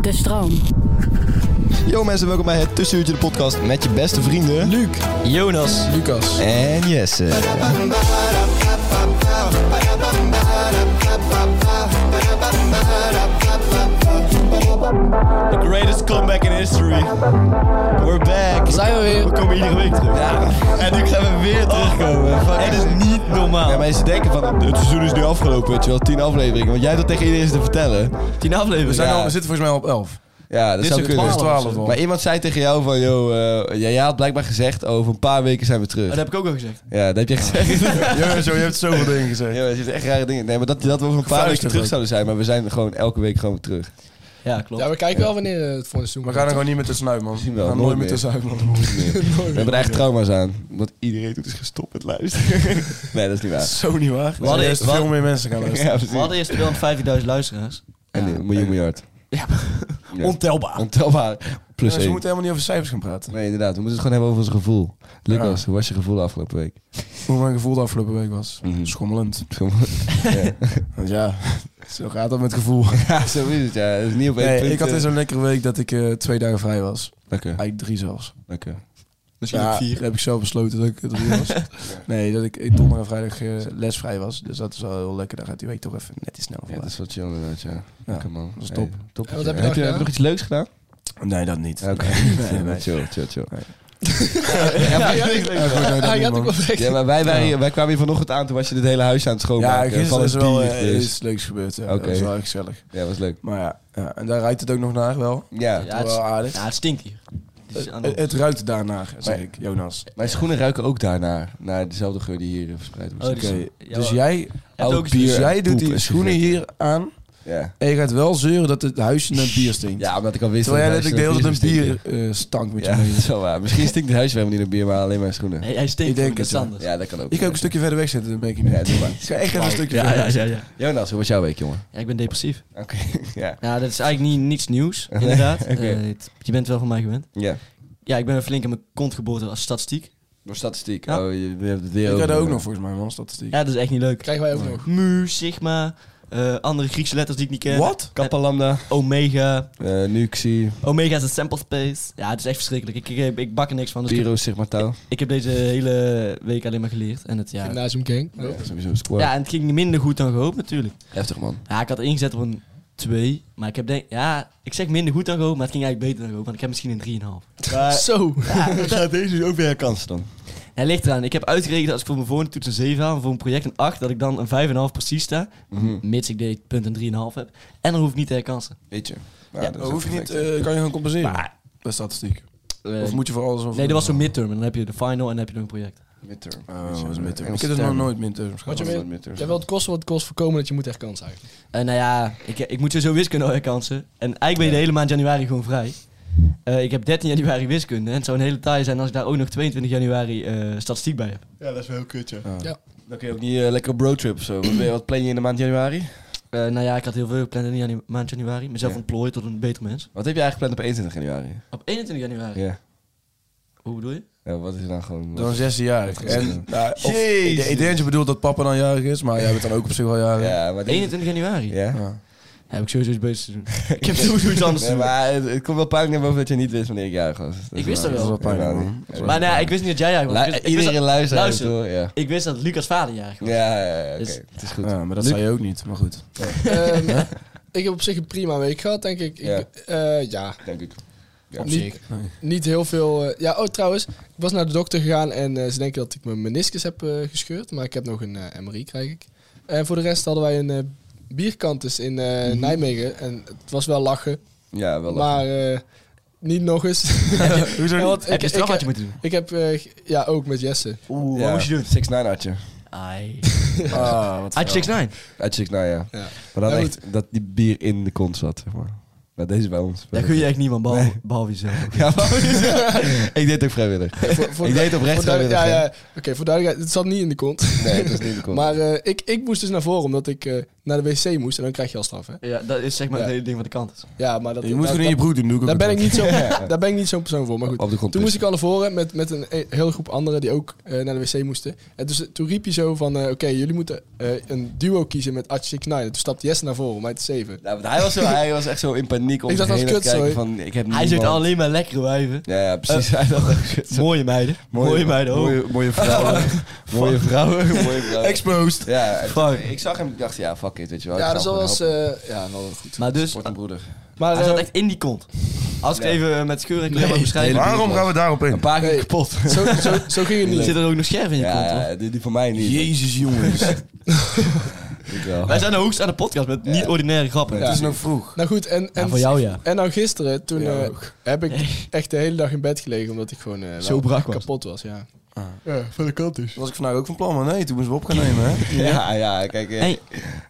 De stroom. Yo mensen, welkom bij het Tussenuurtje de podcast met je beste vrienden... Luc, Jonas Lucas. en Jesse. The greatest comeback in history. We're back. Zijn we weer? We komen iedere week terug. Ja. En nu gaan we weer terugkomen. Oh. Het is niet normaal. Ja, mensen denken van, het seizoen is nu afgelopen, weet je wel. Tien afleveringen. Want jij hebt dat tegen iedereen zit te vertellen. Tien afleveringen. We, zijn Ja. al, we zitten volgens mij al op 11. Ja, dat Dit zou is kunnen. 12. 12 al. Maar iemand zei tegen jou van, joh, eh, ja, jij had blijkbaar gezegd, over een paar weken zijn we terug. Dat heb ik ook al gezegd. Ja, dat heb je gezegd. Jongens, joh, je hebt zoveel dingen gezegd. Ja, je zit echt rare dingen. Nee, maar dat, dat we over een paar Gevuist weken ook. terug zouden zijn, maar we zijn gewoon elke week gewoon weer terug. Ja, klopt. Ja, we kijken wel wanneer eh, het voor een seizoen We gaan er komt. gewoon niet meer tussenuit, man. Misschien We wel, gaan nooit nooit meer meer. tussenuit, man. We hebben er echt trauma's aan. Omdat iedereen toen is gestopt met luisteren. nee, dat is Dat niet waar. is Zo niet waar. Wat Er is- is wat- veel meer mensen gaan luisteren. Ja, We precies. hadden eerst 250.000 luisteraars. En een miljoen miljard. Ja. Ja. Ontelbaar. Ontelbaar. Plus Dus we één. moeten helemaal niet over cijfers gaan praten. Nee, inderdaad. We moeten het gewoon hebben over ons gevoel. Lucas, Ja. hoe was je gevoel de afgelopen week? Hoe mijn gevoel de afgelopen week was. Mhm. Schommelend. ja. Want ja, zo gaat dat met gevoel. ja, zo is het. Ja, dat is niet op één Nee, punt. ik had eh, weer zo'n lekkere week dat ik eh, twee dagen vrij was. Lekker, Eigenlijk drie zelfs. lekker. Misschien Ja, ook dat vier. heb ik zelf besloten dat ik er drie was. Nee, dat ik eh, donderdag en vrijdag eh, lesvrij was. Dus dat is wel heel lekker. Dan gaat die week toch even net iets sneller Ja, voorbij. dat is wat chill inderdaad, ja. Lekker man. dat is top. Hey, top En wat heb je heb nou je gedaan? nog iets leuks gedaan? Nee, dat niet. Oké. nee, nee. Chill, chill, chill. Ja, ja, ja, Ja, goed, nee, dat Hij niet, gaat ook man. wel zeggen. Ja, maar wij, wij, wij kwamen hier vanochtend aan, toen was je het hele huis aan het Ja, schoonmaken. gisteren is het er wel dier, eh, dus. iets leuks gebeurd. Ja. Oké. Dat is wel erg gezellig. Ja, was leuk. Maar ja, ja, en daar ruikt het ook nog naar wel. Ja. Ja, Dat het, is wel aardig. ja, het stinkt hier. Het is aan de- Eh, Het, het ruikt daarnaar, zeg ik, Jonas. Mijn schoenen ruiken ook daarnaar, naar dezelfde geur die hier eh, verspreid wordt. Oh, die- Oké, Ja, dus maar- jij, hebt oud ook iets- bier. dus jij en doet poep die is schoenen hier aan Ja. en je gaat wel zeuren dat het huisje naar bier stinkt. ja, omdat ik al wist Terwijl jij dat het letterlijk de hele tijd een huisje naar bier eh, stank met je stinkt. Ja, mee. dat is wel waar. Misschien stinkt het huis wel helemaal niet naar bier, maar alleen mijn schoenen. Nee, hij stinkt. Ik denk dat is het, ja. anders. Ja, dat kan ook. Ik kan ook een stukje verder weg zitten, dan ben ik niet Ja, meer. doe maar. Ik ga echt even een stukje Ja, verder ja, weg ja, ja. Jonas, hoe was jouw week, jongen? Ja, ik ben depressief. Oké. ja. Ja, dat is eigenlijk niet, niets nieuws, inderdaad. Oké. Eh, het- je bent wel van mij gewend. Ja. Ja, ik ben er flink in mijn kont geboten als statistiek. Door statistiek. Ja. Oh, je, je hebt het weer Ik over. had er ook nog volgens mij, man, statistiek. Ja, dat is echt niet leuk. Krijgen wij ook nog. Mu, sigma, eh, andere Griekse letters die ik niet ken. Wat? Kappa Lambda, Omega. eh, Nuxi, Omega is een sample space. Ja, het is echt verschrikkelijk. Ik, ik, ik bak er niks van. Dus ik, Piro, Sigma Tau. ik heb deze hele week alleen maar geleerd. En het, ja, Gymnasium Gang. Ja, sowieso squad. Ja, en het ging minder goed dan gehoopt natuurlijk. Heftig, man. Ja, ik had ingezet op een 2. Maar ik heb denk... Ja, ik zeg minder goed dan gehoopt, maar het ging eigenlijk beter dan gehoopt. Want ik heb misschien een 3,5. Maar Zo. Gaat deze dus ook weer kansen dan? het ligt eraan. Ik heb uitgerekend als ik voor mijn volgende toets een 7 haal... en voor een project een 8, dat ik dan een 5,5 precies sta. Mhm. Mits ik de punt een 3,5 heb. En dan hoef ik niet te herkansen. Weet je. Ja, dat is Oh, ook hoef je niet, perfect. eh, kan je gewoon compenseren Maar- bij statistiek. Eh, Of moet je voor alles over? nee, dat was zo'n midterm. En dan heb je de final en dan heb je nog een project. Midterm. Oh, Weet dat je, was eh, midterm. Ik Engelse heb dus nog termen. nooit midterms Wat gehad. je Engelse wil, midterms. jij wil het kosten wat het kost voorkomen dat je moet herkansen eigenlijk. Eh, nou ja, ik, ik moet sowieso wiskunde herkansen. En eigenlijk ben je de hele maand januari gewoon vrij. Eh, ik heb 13 januari wiskunde. En het zou een hele taai zijn als ik daar ook nog 22 januari eh, statistiek bij heb. Ja, dat is wel heel kut, ja. Ja. Dan kun je ook niet eh, lekker op roadtrip of zo. Wat, ben je- wat plan je in de maand januari? Eh, nou ja, ik had heel veel gepland in janu- maand januari. Mezelf Ja. ontplooien tot een beter mens. Wat heb je eigenlijk gepland op 21 januari? Op 21 januari. Ja. Hoe bedoel je? ja wat is dan gewoon... Dan 16 jaar. En, nou, of- ik, Jezus. ik denk dat je bedoelt dat papa dan jarig is, maar jij bent dan ook op zich wel jarig. ja, maar dit- 21 januari? Ja? Ja. Heb ik sowieso iets beters te doen. ik heb sowieso iets anders te Nee, doen. Maar, maar het, het komt wel pijnlijk naar boven dat je niet wist wanneer ik jarig was. Dus Dat is Ik wist dat wel. Dat is wel pijnlijk, Ja, man. niet. Dat is nou ja, ik wist niet dat jij jarig was. Lu- ik, wist, ik, wist iedereen dat, luistert luister. door, ja. ik wist dat Lucas vader jarig was. Ja, ja, ja, oké. Dus- Het is goed. Ja, maar dat Luc- zei je ook niet, maar goed. Ehm, ik heb op zich een prima week gehad, denk ik. Ja. Ik, eh, ja. denk ik. Op zich. Niet heel veel. eh, ja, oh trouwens, ik was naar de dokter gegaan en eh, ze denken dat ik mijn meniscus heb eh, gescheurd. Maar ik heb nog een eh, MRI, krijg ik. En voor de rest hadden wij een eh bierkantus in eh, Nijmegen. En het was wel lachen, Ja, Mhm. wel. maar eh, niet nog eens. Hoezo? Ja, want heb ik- je straf ik- wat je moet doen? ik heb, eh, g- ja, ook met Jesse. Oeh, Ja, Six Nine had je. Ai. Ah, wat Had je 6 Uit Six Nine, ja. Ja. Maar dan Ja, echt dat die bier in de kont zat, zeg maar. Nou, deze bij ons. Dat kun je echt niemand behalve, behalve jezelf. Ja, maar- ik deed het ook vrijwillig. Voor, voor ik deed het oprecht voor duid- vrijwillig. ja, hè. ja. Oké, voor duidelijkheid, het zat niet in de kont. Nee, het is niet de kont. Maar eh, ik, ik moest dus naar voren omdat ik eh, naar de wc moest en dan krijg je al straf, hè? Ja, dat is zeg maar Ja. het hele ding van de kant. is. Ja, maar dat, je moet dat- gewoon in je broek doen, doe ik ook daar, ben ik altijd. niet zo, Ja. Oh, dus- daar ben ik niet zo'n persoon voor, maar goed. op de grond. Toen moest ik al naar voren met, met een e- hele groep anderen die ook eh, naar de wc moesten. En dus, toen riep je zo van, eh, oké, jullie moeten eh, een duo kiezen met Archie Knight. Toen stapte Jesse naar voren, om mij te zeven. Ja, want hij, was zo, hij was echt zo in paniek om Ik zich dacht, dat heen aan het is kut, kijken sorry. van, ik heb Hij zit niemand. alleen maar lekkere wijven. Ja, ja, precies. hij dacht ook, kut, sorry. Mooie meiden. Mooie, meiden ook. Mooie, mooie vrouwen. mooie vrouwen. mooie vrouwen. Exposed. ja, en- Fuck. Ik zag hem, ik dacht, ja, fuck it, weet je wel. Ja, ik dat zal was, gewoon helpen. eh, ja, wel goed. Maar dus, Wordt een broeder. Maar hij zat eh, echt in die kont. Als ik Ja. het even eh, met scheur en klem Nee, mag beschrijven. hele- Waarom gaan we daarop Een in? paar keer Nee. kapot. zo, zo, zo ging het niet. Zit er ook nog scherven in je kont, Ja, hoor. die, die van mij niet. Jezus, jongens. Ik wel. Wij zijn de hoogste aan de podcast met niet-ordinaire grappen. Ja. Het is nog vroeg. Nou goed, en, en, voor jou ja. en dan gisteren, toen Ja, eh, heb ik echt de hele dag in bed gelegen, omdat ik gewoon eh, wel Zo brak was. kapot was. Ja, Ah. ja van de kant dus. Dat was ik vandaag ook van plan, maar nee, toen moesten we op gaan nemen, hè. Ja, ja, kijk. eh, Hey,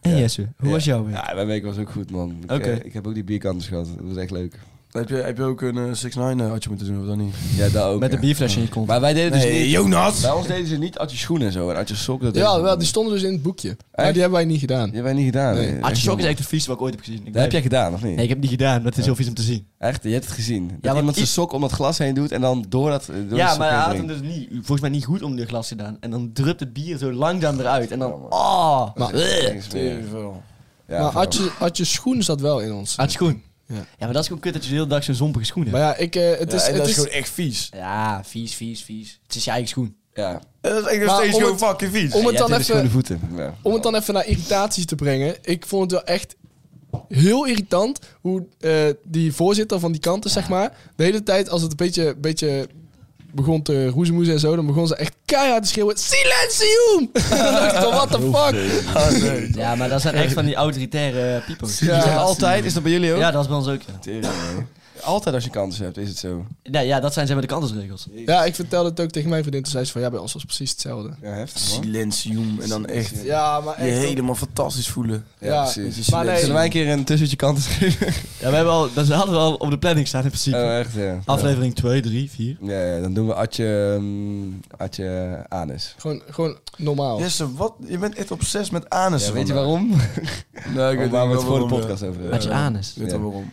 hey Ja. Jesse, hoe Ja. was jouw week? Ja, mijn week was ook goed, man. Ik, Oké. eh, ik heb ook die bierkanters gehad. Dat was echt leuk. Heb je, heb je ook een eh, 6 9 had je moeten doen, of dan niet? Ja, dat ook. Met ja. een bierflesje in je kont. Maar wij deden dus niet... Jonas! Bij ons deden ze niet uit je schoenen en zo en uit je sokken. dat deden Ja, ze wel, niet. die stonden dus in het boekje. Maar die hebben wij niet gedaan. Die hebben wij niet gedaan. Nee. nee. Had je Echt shock is niet. echt de vies wat ik ooit heb gezien. Ik Dat heb weet- jij gedaan, of niet? Nee, ik heb het niet gedaan. Dat is heel vies om te zien. Echt? Je hebt het gezien. Dat want iemand zijn i- sok om dat glas heen doet en dan door dat... eh, Door ja, dat maar hij had heen hem dus niet, volgens mij niet goed om de glas gedaan. En dan drupt het bier zo langzaam eruit. En Ja, man. eh. dan, oh, Maar, drinkt. Niks meer. Ja, maar vooral. Adje, Adje schoen zat wel in ons. aan het schoen. Ja. Ja. maar dat is gewoon kut dat je de hele dag zo'n zompige schoen Maar hebt. ja, ik, eh, het Het is, is, het dat is is, gewoon echt vies. Ja, vies, vies, vies. Het is je eigen schoen. Ja. Dat is echt Maar nog steeds om gewoon het- fucking vies. om het dan even Schone voeten. Ja. Om het dan even naar irritaties te brengen. Ik vond het wel echt heel irritant hoe eh, die voorzitter van die kanten, zeg maar, de hele tijd als het een beetje, beetje begon te roezemoezen en zo, dan begon ze echt keihard te schreeuwen, Silencium! dan dacht ik dan, what the Oh, fuck? Ja, maar dat zijn echt van die autoritaire eh, piepers. Ja, Ja, altijd? Is dat bij jullie ook? Ja, dat is bij ons ook. Ja, Altijd als je kansen hebt, is het zo. nee, ja dat zijn zeg maar de kantersregels. Ja, ik vertelde het ook tegen mijn vriendin, toen zei ze van, ja, bij ons was het precies hetzelfde. Ja, heftig, man. Silentium. En dan echt je Ja, maar echt. helemaal fantastisch voelen. Ja, Ja, precies. Maar nee, Zullen wij een keer een tussentje kanten geven? Ja, we hebben al, dat hadden we al op de planning staan in principe. Oh, echt, ja. Aflevering 2, 3, 4. Ja, ja, dan doen we Atje, ehm, Atje Anus. gewoon, gewoon normaal. Jesse, wat? Je bent echt obsess met anus. Ja, weet je vandaag. waarom? Nee, ik weet Om Waar we niet het voor de waarom, eh. podcast over hebben. Met je anus. ja. Ik weet Ja. wel waarom.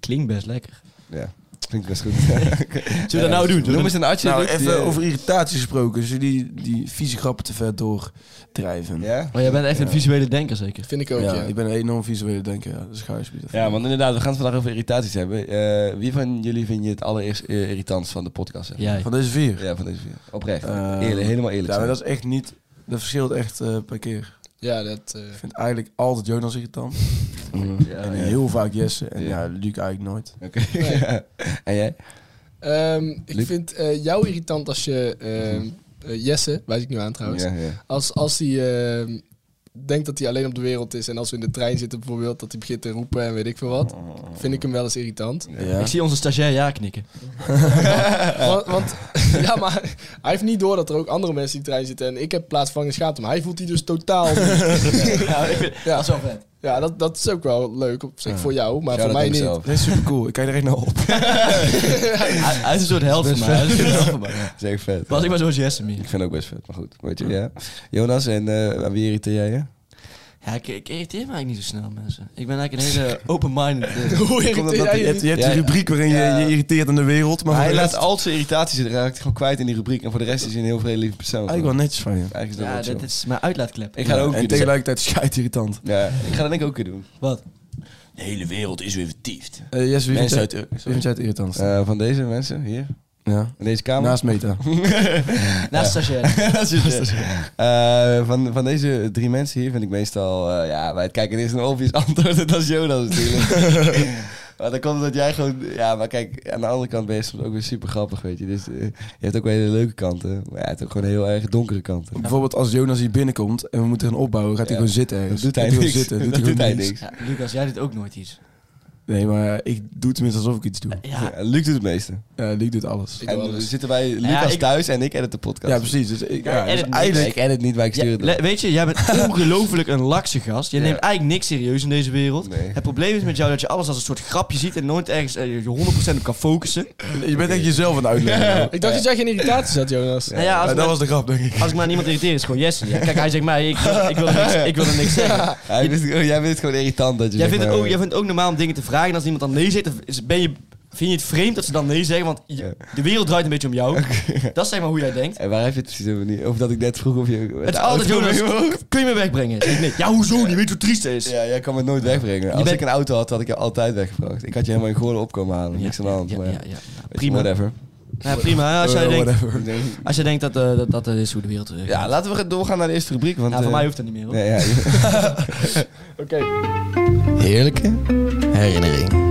Klinkt best lekker. Ja, klinkt best goed. Zullen Zullen we dat nou doen? Noem eens een Atje. Nou, Luc, die, even eh, over irritatie gesproken. Zullen die, die vieze grappen te ver doordrijven? Ja? Oh, jij bent echt een visuele denker zeker? Vind ik ook, Ja, ja. ik ben een enorm visuele denker. Ja. Dus ga alsjeblieft. Ja, want inderdaad, we gaan het vandaag over irritaties hebben. Eh, wie van jullie vind je het allereerst eh, irritant van de podcast? zeg? Jij. Van deze vier. Ja, van deze vier. Oprecht. Eh, eerlijk, helemaal eerlijk. Ja, maar zijn. dat is echt niet... Dat verschilt echt eh, per keer. Ja, dat... eh, Ik vind eigenlijk altijd Jonas irritant. Mhm. Ja, en ja. heel vaak Jesse. En Ja. ja, Luc eigenlijk nooit. Oké. Nee. Ja. En jij? ehm, ik Luc? vind eh, jou irritant als je... ehm, eh, Jesse, wijs ik nu aan trouwens. Ja, ja. Als, als hij ehm, denkt dat hij alleen op de wereld is en als we in de trein zitten bijvoorbeeld, dat hij begint te roepen en weet ik veel wat, vind ik hem wel eens irritant. Ja. Ik zie onze stagiair ja knikken. Want, want ja, maar hij heeft niet door dat er ook andere mensen in de trein zitten en ik heb plaatsvervangend schaamte, maar hij voelt die dus totaal niet. Ja, ik vind, Ja. dat is wel vet. Ja, dat, dat is ook wel leuk op zich Ja. voor jou, maar Shout-out voor mij aan niet. mezelf. Dat is super cool. Ik kijk er echt naar op. Hij, hij is een soort held voor mij. Hij is een soort held voor mij. Dat is echt vet. Was ik maar zoals Jesse meer. Ik vind het ook best vet, maar goed. Weet je, ja. Jonas, en eh, aan wie irriteer jij je? Ja, ik, ik irriteer me eigenlijk niet zo snel, mensen. Ik ben eigenlijk een hele open-minded... eh, Hoe Komt irriteer omdat jij je, je? hebt, je hebt Ja, die rubriek waarin ja. je je irriteert aan de wereld. Maar hij voor de laat rest- al zijn irritaties er eigenlijk gewoon kwijt in die rubriek. En voor de rest is hij een heel vredelieve persoon. Eigenlijk Ah, wel netjes van je. Eigenlijk is dat ja, wel dit chill. is mijn uitlaatklep. Ik ga dat en ook weer doen. tegelijkertijd schijt irritant. Ja, ik ga dat denk ik ook weer doen. Wat? Eh Jesse, wie Eh, Mensen vindt jij- wie vindt jij het irritant? Eh, van deze mensen, hier. Ja. Van deze kamer. Naast Meta. Naast stagiair. Dat is het. Eh, van, van deze drie mensen hier vind ik meestal... eh, ja, bij het kijken is een obvious antwoord. en Dat is Jonas natuurlijk. maar dan komt het dat jij gewoon... Ja, maar kijk, aan de andere kant ben je soms ook weer super grappig, weet je. Dus eh, je hebt ook wel hele leuke kanten. Maar ja, het ook gewoon heel erg donkere kanten. Bijvoorbeeld als Jonas hier binnenkomt en we moeten gaan opbouwen, gaat hij Ja. gewoon zitten ergens. Dat doet hij Gaat niks. gewoon zitten, Dat doet hij doet hij gewoon niks. niks. Ja, Lucas, jij doet ook nooit iets. Nee, maar ik doe tenminste alsof ik iets doe. Ja, Ja, Luc doet het meeste. Ja, Luc doet alles. Ik doe En dan alles. zitten wij Lucas ik- thuis en ik edit de podcast. Ja, precies. Dus ik, Ja, ja, dus edit niks. eigenlijk... Ik edit niet, maar ik stuur Ja, het le- weet je, jij bent ongelooflijk een lakse gast. Je Ja. neemt eigenlijk niks serieus in deze wereld. Nee. Het probleem is met jou dat je alles als een soort grapje ziet en nooit ergens eh, je 100% op kan focussen. Je bent echt jezelf aan het uitleggen. nou. Ik dacht dat jij geen irritatie zat, Jonas. Nou ja, Ja, als, ik dat maar, was de grap, denk ik. als ik maar aan iemand irriteer, is het gewoon Jesse. Ja, kijk, hij zegt mij, ik, ik, wil er niks, ik wil er niks zeggen. Hij vindt- jij vindt het gewoon irritant dat je Jij zegt, vindt, het nou, ook, jij vindt het ook normaal om dingen te vragen. En als iemand dan nee zegt, dan is- ben je, vind je het vreemd dat ze dan nee zeggen? Want je- de wereld draait een beetje om jou. Dat is zeg maar hoe jij denkt. En Eh, waar heb je het precies over niet? Of dat ik net vroeg of je... Het is altijd, Jonas, kun je me wegbrengen? Zeg ik, nee. Ja, hoezo? Je weet hoe triest het is. Ja, jij kan me nooit wegbrengen. Als bent- ik een auto had, had ik je altijd weggevraagd. Ik had je helemaal in Goorlen op komen halen. Niks aan de hand. Ja, maar ja, ja, ja. weet je, prima. Whatever. Ja, prima. Als jij Eh, denkt, whatever. als jij denkt dat, eh, dat dat is hoe de wereld eh, Ja, gaat. laten we gaan- doorgaan naar de eerste rubriek. Want, Nou, voor eh, mij hoeft dat niet meer hoor. ja, ja. Oké. Heerlijke herinnering.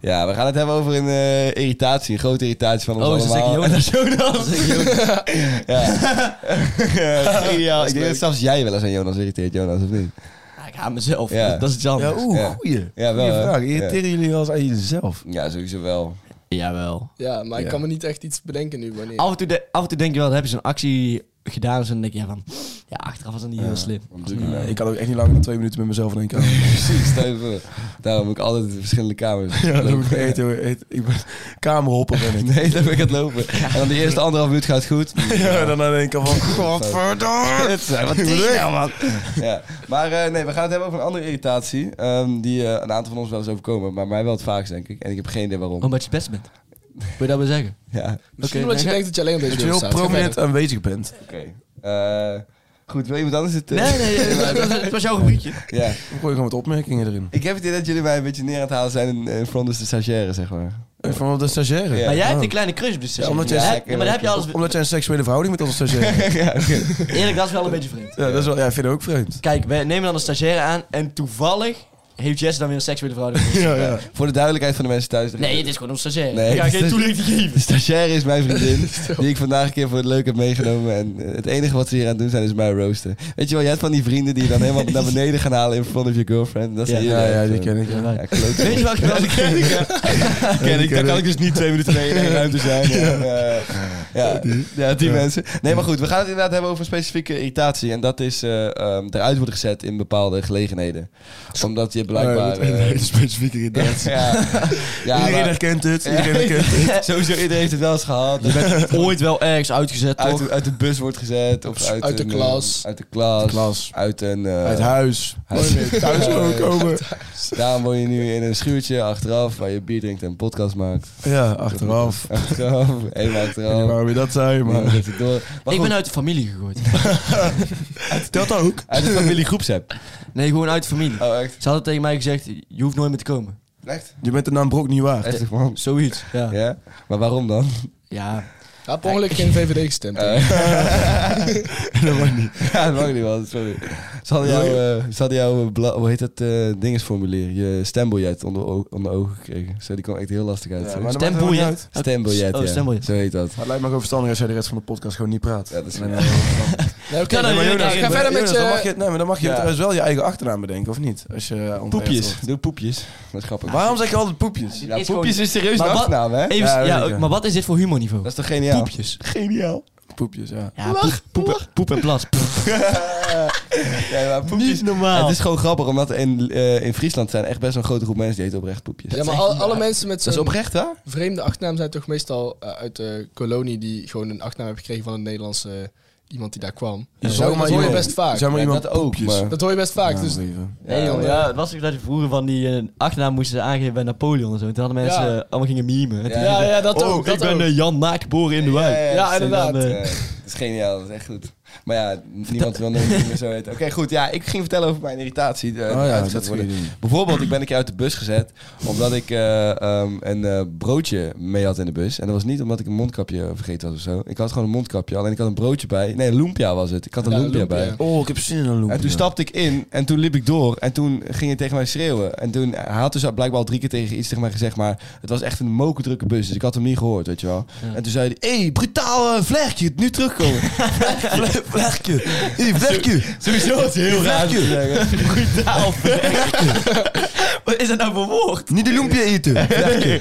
Ja, we gaan het hebben over een eh, irritatie. Een grote irritatie van ons Oh, ze allemaal. zeggen Jonas. Jonas. Ja, Ideaal. Ik denk dat zelfs jij wel eens aan Jonas irriteert, Jonas, of niet? Ja, Ah, ik haat mezelf. Ja. Dat is iets anders. Ja, oeh, Ja. goeie. Ja, wel, Goeie hè? vraag. Ja. Irriteren jullie wel eens aan jezelf? Ja, sowieso wel. Jawel. Ja, maar ik Ja. kan me niet echt iets bedenken nu wanneer. Af en, toe de- af en toe denk je wel, dan heb je zo'n actie gedaan. En dan denk je ja, van, ja, achteraf was dat niet heel slim. Want doe ik nou? Ik kan ook echt niet langer dan twee minuten met mezelf in één kamer. Precies, stel je voor. Daarom heb ik altijd in verschillende kamers. Ja, dat moet ik echt, joh. echt- Ik ben kamerhopper ben ik. Nee, dan ben ik aan het lopen. En dan de eerste anderhalf minuut gaat goed. Ja, dan aan één keer van... Godverdomme! Het zijn wat dingen, man. Ja. Maar eh, nee, we gaan het hebben over een andere irritatie. ehm, die eh, een aantal van ons wel eens overkomen. Maar mij wel het vaakst, denk ik. En ik heb geen idee waarom. Omdat je het beste bent. Wil je dat maar zeggen? Ja, Misschien Oké, omdat je nee, denkt dat je alleen op deze Dat je wereld heel staat. Ga prominent verder. aanwezig bent. oké. Eh, goed, wil iemand anders het... eh, Nee, nee, nee, dat- dat- dat was jouw gebiedje. Ja. Dan gooi je gewoon wat opmerkingen erin. Ik heb het idee dat jullie mij een beetje neer aan het halen zijn in, in front of de stagiaire, zeg maar. Eh, Van op de stagiaire. Ja. Maar jij hebt Oh. een kleine crush op de sessie. Ja, omdat jij- Ja, maar dan heb je alles... Omdat jij een seksuele verhouding met onze stagiaire hebt. ja, oké. Eerlijk, dat is wel een beetje vreemd. Ja, dat is wel, ja, ik vind ik ook vreemd. Kijk, we nemen dan een stagiaire aan en toevallig heeft Jesse dan weer een seksuele verhouding. Ja, ja. Voor de duidelijkheid van de mensen thuis. Nee, het is gewoon een stagiaire. Nee, ik ga het geen is- toelichting De geven. stagiaire is mijn vriendin, die ik vandaag een keer voor het leuk heb meegenomen. En eh, het enige wat ze hier aan het doen zijn is mij roosten. Weet je wel, je hebt van die vrienden die je dan helemaal naar beneden gaan halen in front of your girlfriend. Dat Ja, zijn jullie Ja, ja, die eigenlijk ken ik. Ja, Ja. waar. zo. Ja, klote. Weet je welke Ja, die ken ik, ja. Die ken ik. Daar kan ik. ik dus niet twee minuten mee in één ruimte zijn. En, eh, ja, ja, die mensen. Nee, maar goed, we gaan het inderdaad hebben over een specifieke irritatie. En dat is eh, ehm, eruit worden gezet in bepaalde gelegenheden. Omdat je Nee, blijkbaar... dat is eh, een hele specifieke irritatie. ja, ja, iedereen maar- herkent het, iedereen herkent het. Sowieso, iedereen heeft het wel eens gehad. Je bent ooit wel ergens uitgezet, uit, toch? de, uit de bus wordt gezet. Of uit, Uit de een, klas. eh, Uit de klas. Uit de klas. Uit een... eh, Uit huis. huis. Oh Thuis ook oh. komen. Daarom woon je nu in een schuurtje achteraf waar je bier drinkt en een podcast maakt. Ja, achteraf. Achteraf, Ik even weet niet achteraf. waarom je dat zei, Niemand maar... heeft het door. Maar Ik goed, ben uit de familie gegooid. Dat ook. uit de familiegroepsapp. Nee, gewoon uit de familie. Oh, echt? Ze hadden tegen mij gezegd, je hoeft nooit meer te komen. Echt? Je bent de naam Brok niet waard. Echt, man. Zoiets, ja. Ja, Ja? Maar waarom dan? Hij heeft per ongeluk geen VVD gestemd. hè? dat mag niet. Ja, dat mag niet, man. Sorry. Ze hadden jouw, eh, ze hadden jouw eh, bla- hoe heet dat, eh dingensformulier, je stembiljet onder, o- onder ogen gekregen. Zo, die kwam echt heel lastig uit. Ja, zo. maar dat maakt Stempoel, helemaal ja. niet uit. Stembiljet, Oh, ja. stembiljet. Zo heet dat. Maar het lijkt me gewoon verstandig als jij de rest van de podcast gewoon niet praat. Ja, dat is- Nee, nee, nee. Nee, oké, Ja, dan nee, maar wil je Jonas, daar- Ga verder met Jonas, dan mag je... je, nee, maar dan mag je Ja. trouwens wel je eigen achternaam bedenken, of niet? Als je eh, onterecht Poepjes. wordt. Doe poepjes. Dat is grappig. Waarom zeg je altijd poepjes? Ja, poepjes Is gewoon- is serieus Maar een wat- achternaam, hè? Even, Ja, ja, weet ik, ja. maar wat is dit voor humorniveau? Dat is toch geniaal? Poepjes. Geniaal. Poepjes, ja. Ja, poep, poep, poep en plas. Pff, Ja, maar poepjes. normaal. Het is gewoon grappig, omdat in, eh, in Friesland zijn echt best wel een grote groep mensen die eten oprecht poepjes. Ja, maar al- alle mensen met Dat is zo'n oprecht, hè? vreemde achternaam zijn toch meestal eh, uit de kolonie die gewoon een achternaam hebben gekregen van een Nederlandse eh, iemand die daar kwam. Ja. Dat, hoor je, dat hoor je best vaak. Zeg maar Ja, iemand dat ook, poepjes. maar- Dat hoor je best vaak. Ja, dus even. Nee, joh, ja, het was ook dat je vroeger van die eh, achternaam moesten ze aangeven bij Napoleon en zo. En toen hadden mensen Ja. eh, allemaal gingen memen. En toen- ja, ja, dat oh, ook. Dat ik ben ook. eh, Jan Naak geboren in de wijk. ja, En dan, inderdaad. eh, Ja, dat is geniaal, dat is echt goed. Maar ja, niemand wil nooit meer zo weten. Oké, goed. Ja, ik ging vertellen over mijn irritatie. eh, die Oh ja, uitgezet dat worden. wil je doen. Bijvoorbeeld, ik ben een keer uit de bus gezet omdat ik eh, ehm, een eh, broodje mee had in de bus. En dat was niet omdat ik een mondkapje vergeten had of zo. Ik had gewoon een mondkapje, alleen ik had een broodje bij. Nee, lumpia was het. Ik had een Ja, lumpia, lumpia. bij. En Oh, ik heb zin in een loop. En toen stapte ik in en toen liep ik door en toen ging hij tegen mij schreeuwen. En toen, hij had dus blijkbaar al drie keer tegen iets tegen mij gezegd, maar het was echt een mokendrukke bus, dus ik had hem niet gehoord, weet je wel. En toen zei hij, hey, brutaal eh, vlerkje, nu terugkomen. Vlerkje. Hey, vlerkje. Sowieso was het heel raar om te zeggen. Brutaal. Wat is dat nou voor woord? Niet de loempje eten. Vlerkje.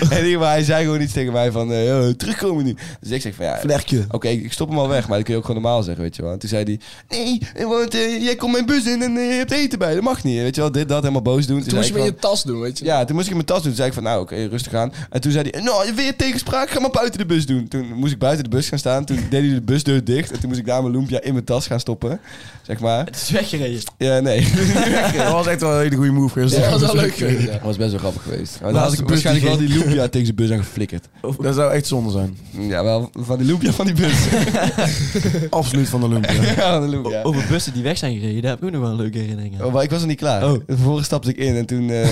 En in ieder geval, hij zei gewoon iets tegen mij van, eh, "Yo, terugkomen nu. Dus ik zeg van, ja, Vlerkje. Oké, ik stop hem al weg, maar dat kun je ook gewoon normaal zeggen, weet je wel. En toen zei hij, nee, want eh, jij komt mijn bus in en eh, je hebt eten bij, dat mag niet. Weet je wel, dit, dat, helemaal boos doen. Toen moest je zei met ik je tas doen, weet je. Ja, toen moest ik in mijn tas doen. Toen zei ik van, nou oké, rustig aan. En toen zei hij, nou, weer tegenspraak, ga maar buiten de bus doen. Toen moest ik buiten de bus gaan staan. Toen deed hij de busdeur dicht. En toen moest ik daar mijn lumpia in mijn tas gaan stoppen. Zeg maar. Het is weggereden. Ja, nee. Dat was echt wel een hele goede move. geweest. Ja, dat was wel leuk geweest. ja. Dat was best wel grappig geweest. Maar dan had Laatste ik bus die waarschijnlijk wel ging. die lumpia tegen zijn bus aan geflikkerd. Dat zou echt zonde zijn. Ja, wel van die lumpia van die bus. Absoluut van de loempje. ja, van de lumpia. O- Over bussen die weg zijn gereden, daar heb ik ook nog wel een leuke herinnering aan. Oh, maar ik was er niet klaar. Oh. Vervolgens stapte ik in en toen... eh,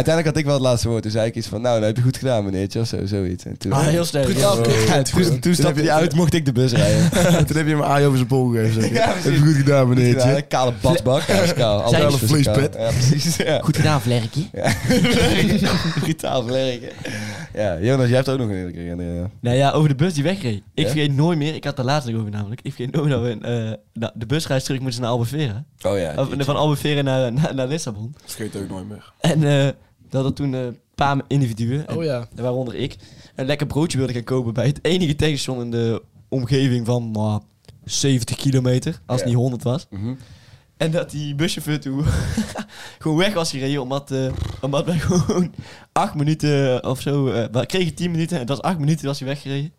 uiteindelijk had ik wel het laatste woord. Toen zei ik iets van, nou, dat heb je goed gedaan, meneertje, of zo, zoiets. En toen, Oh, Ah, heel sterk. Brutaal kut. toen, toen stapte hij uit, mocht ik de bus rijden. Toen heb je hem een aai over zijn bol gegeven. zeg je. Ja, Heb precies. je goed gedaan, meneertje. Ja, een kale badbak. Ja, is kaal. Alle Zijn- alles is kaal. vleespet. Ja, precies. Ja. Goed gedaan, Vlerkje. Brutaal vlerken. Ja, Jonas, jij hebt ook nog een eerlijke herinnering. ja. Nou ja, over de bus die wegreed. Ik Ja? vergeet nooit meer, ik had de laatste over namelijk. Ik vergeet nooit dat we een, eh, nou, de busreis terug moesten naar Albufeira. Oh ja. Of, van Albufeira naar, naar, naar Lissabon. Vergeet ook nooit meer. En eh, dat hadden toen eh, een paar individuen, en Oh ja. waaronder ik, een lekker broodje wilden gaan kopen bij het enige tankstation in de omgeving van maar 70 kilometer, als Ja. het niet 100 was. Mhm. En dat die buschauffeur toen gewoon weg was gereden, omdat, eh, omdat wij gewoon acht minuten of zo... eh, we kregen tien minuten en dat was acht minuten was hij weggereden.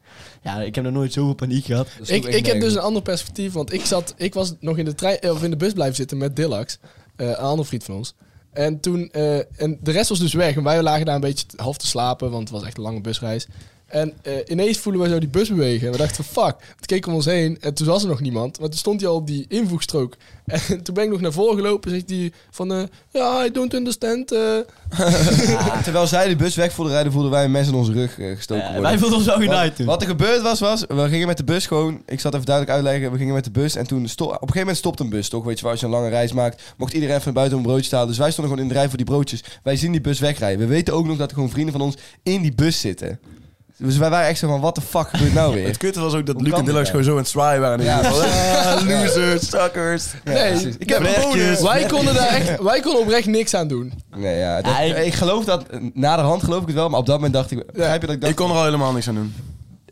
Ja, ik heb nog nooit zoveel paniek gehad. Ik, ik heb dus een ander perspectief, want ik, zat, ik was nog in de, trein, eh, of in de bus blijven zitten met Dillax, eh, een ander vriend van ons. En, toen, eh, en de rest was dus weg en wij lagen daar een beetje te- half te slapen, want het was echt een lange busreis. En eh, ineens voelen we zo die bus bewegen. En we dachten, fuck. We keken om ons heen en toen was er nog niemand. Maar toen stond hij al op die invoegstrook. En toen ben ik nog naar voren gelopen. Zegt hij van, eh, ja, I don't understand. eh." Terwijl zij de bus weg voelden rijden, voelden wij een mes in onze rug eh, gestoken Ah. Ja, worden. wij voelden ons wel genaaid toen. Wat er gebeurd was, was, we gingen met de bus gewoon, ik zal het even duidelijk uitleggen, we gingen met de bus en toen, sto- op een gegeven moment stopt een bus, toch? Weet je wel, als je een lange reis maakt, mocht iedereen van buiten om een broodje te halen. Dus wij stonden gewoon in de rij voor die broodjes. Wij zien die bus wegrijden. We weten ook nog dat er gewoon vrienden van ons in die bus zitten. Dus wij waren echt zo van, what the fuck gebeurt nou weer? Het kutte was ook dat Hoe Luc kan en Dillax dit gewoon zo aan het zwaaien waren. Ja, Ah, losers, suckers. nee, precies. Ik heb een bonus. wij konden daar echt, wij konden oprecht niks aan doen. Nee, ja, dat- Ja, ik, ik- geloof dat, na de hand geloof ik het wel, maar op dat moment dacht ik, begrijp je dat ik dacht... Ik kon er al helemaal niks aan doen.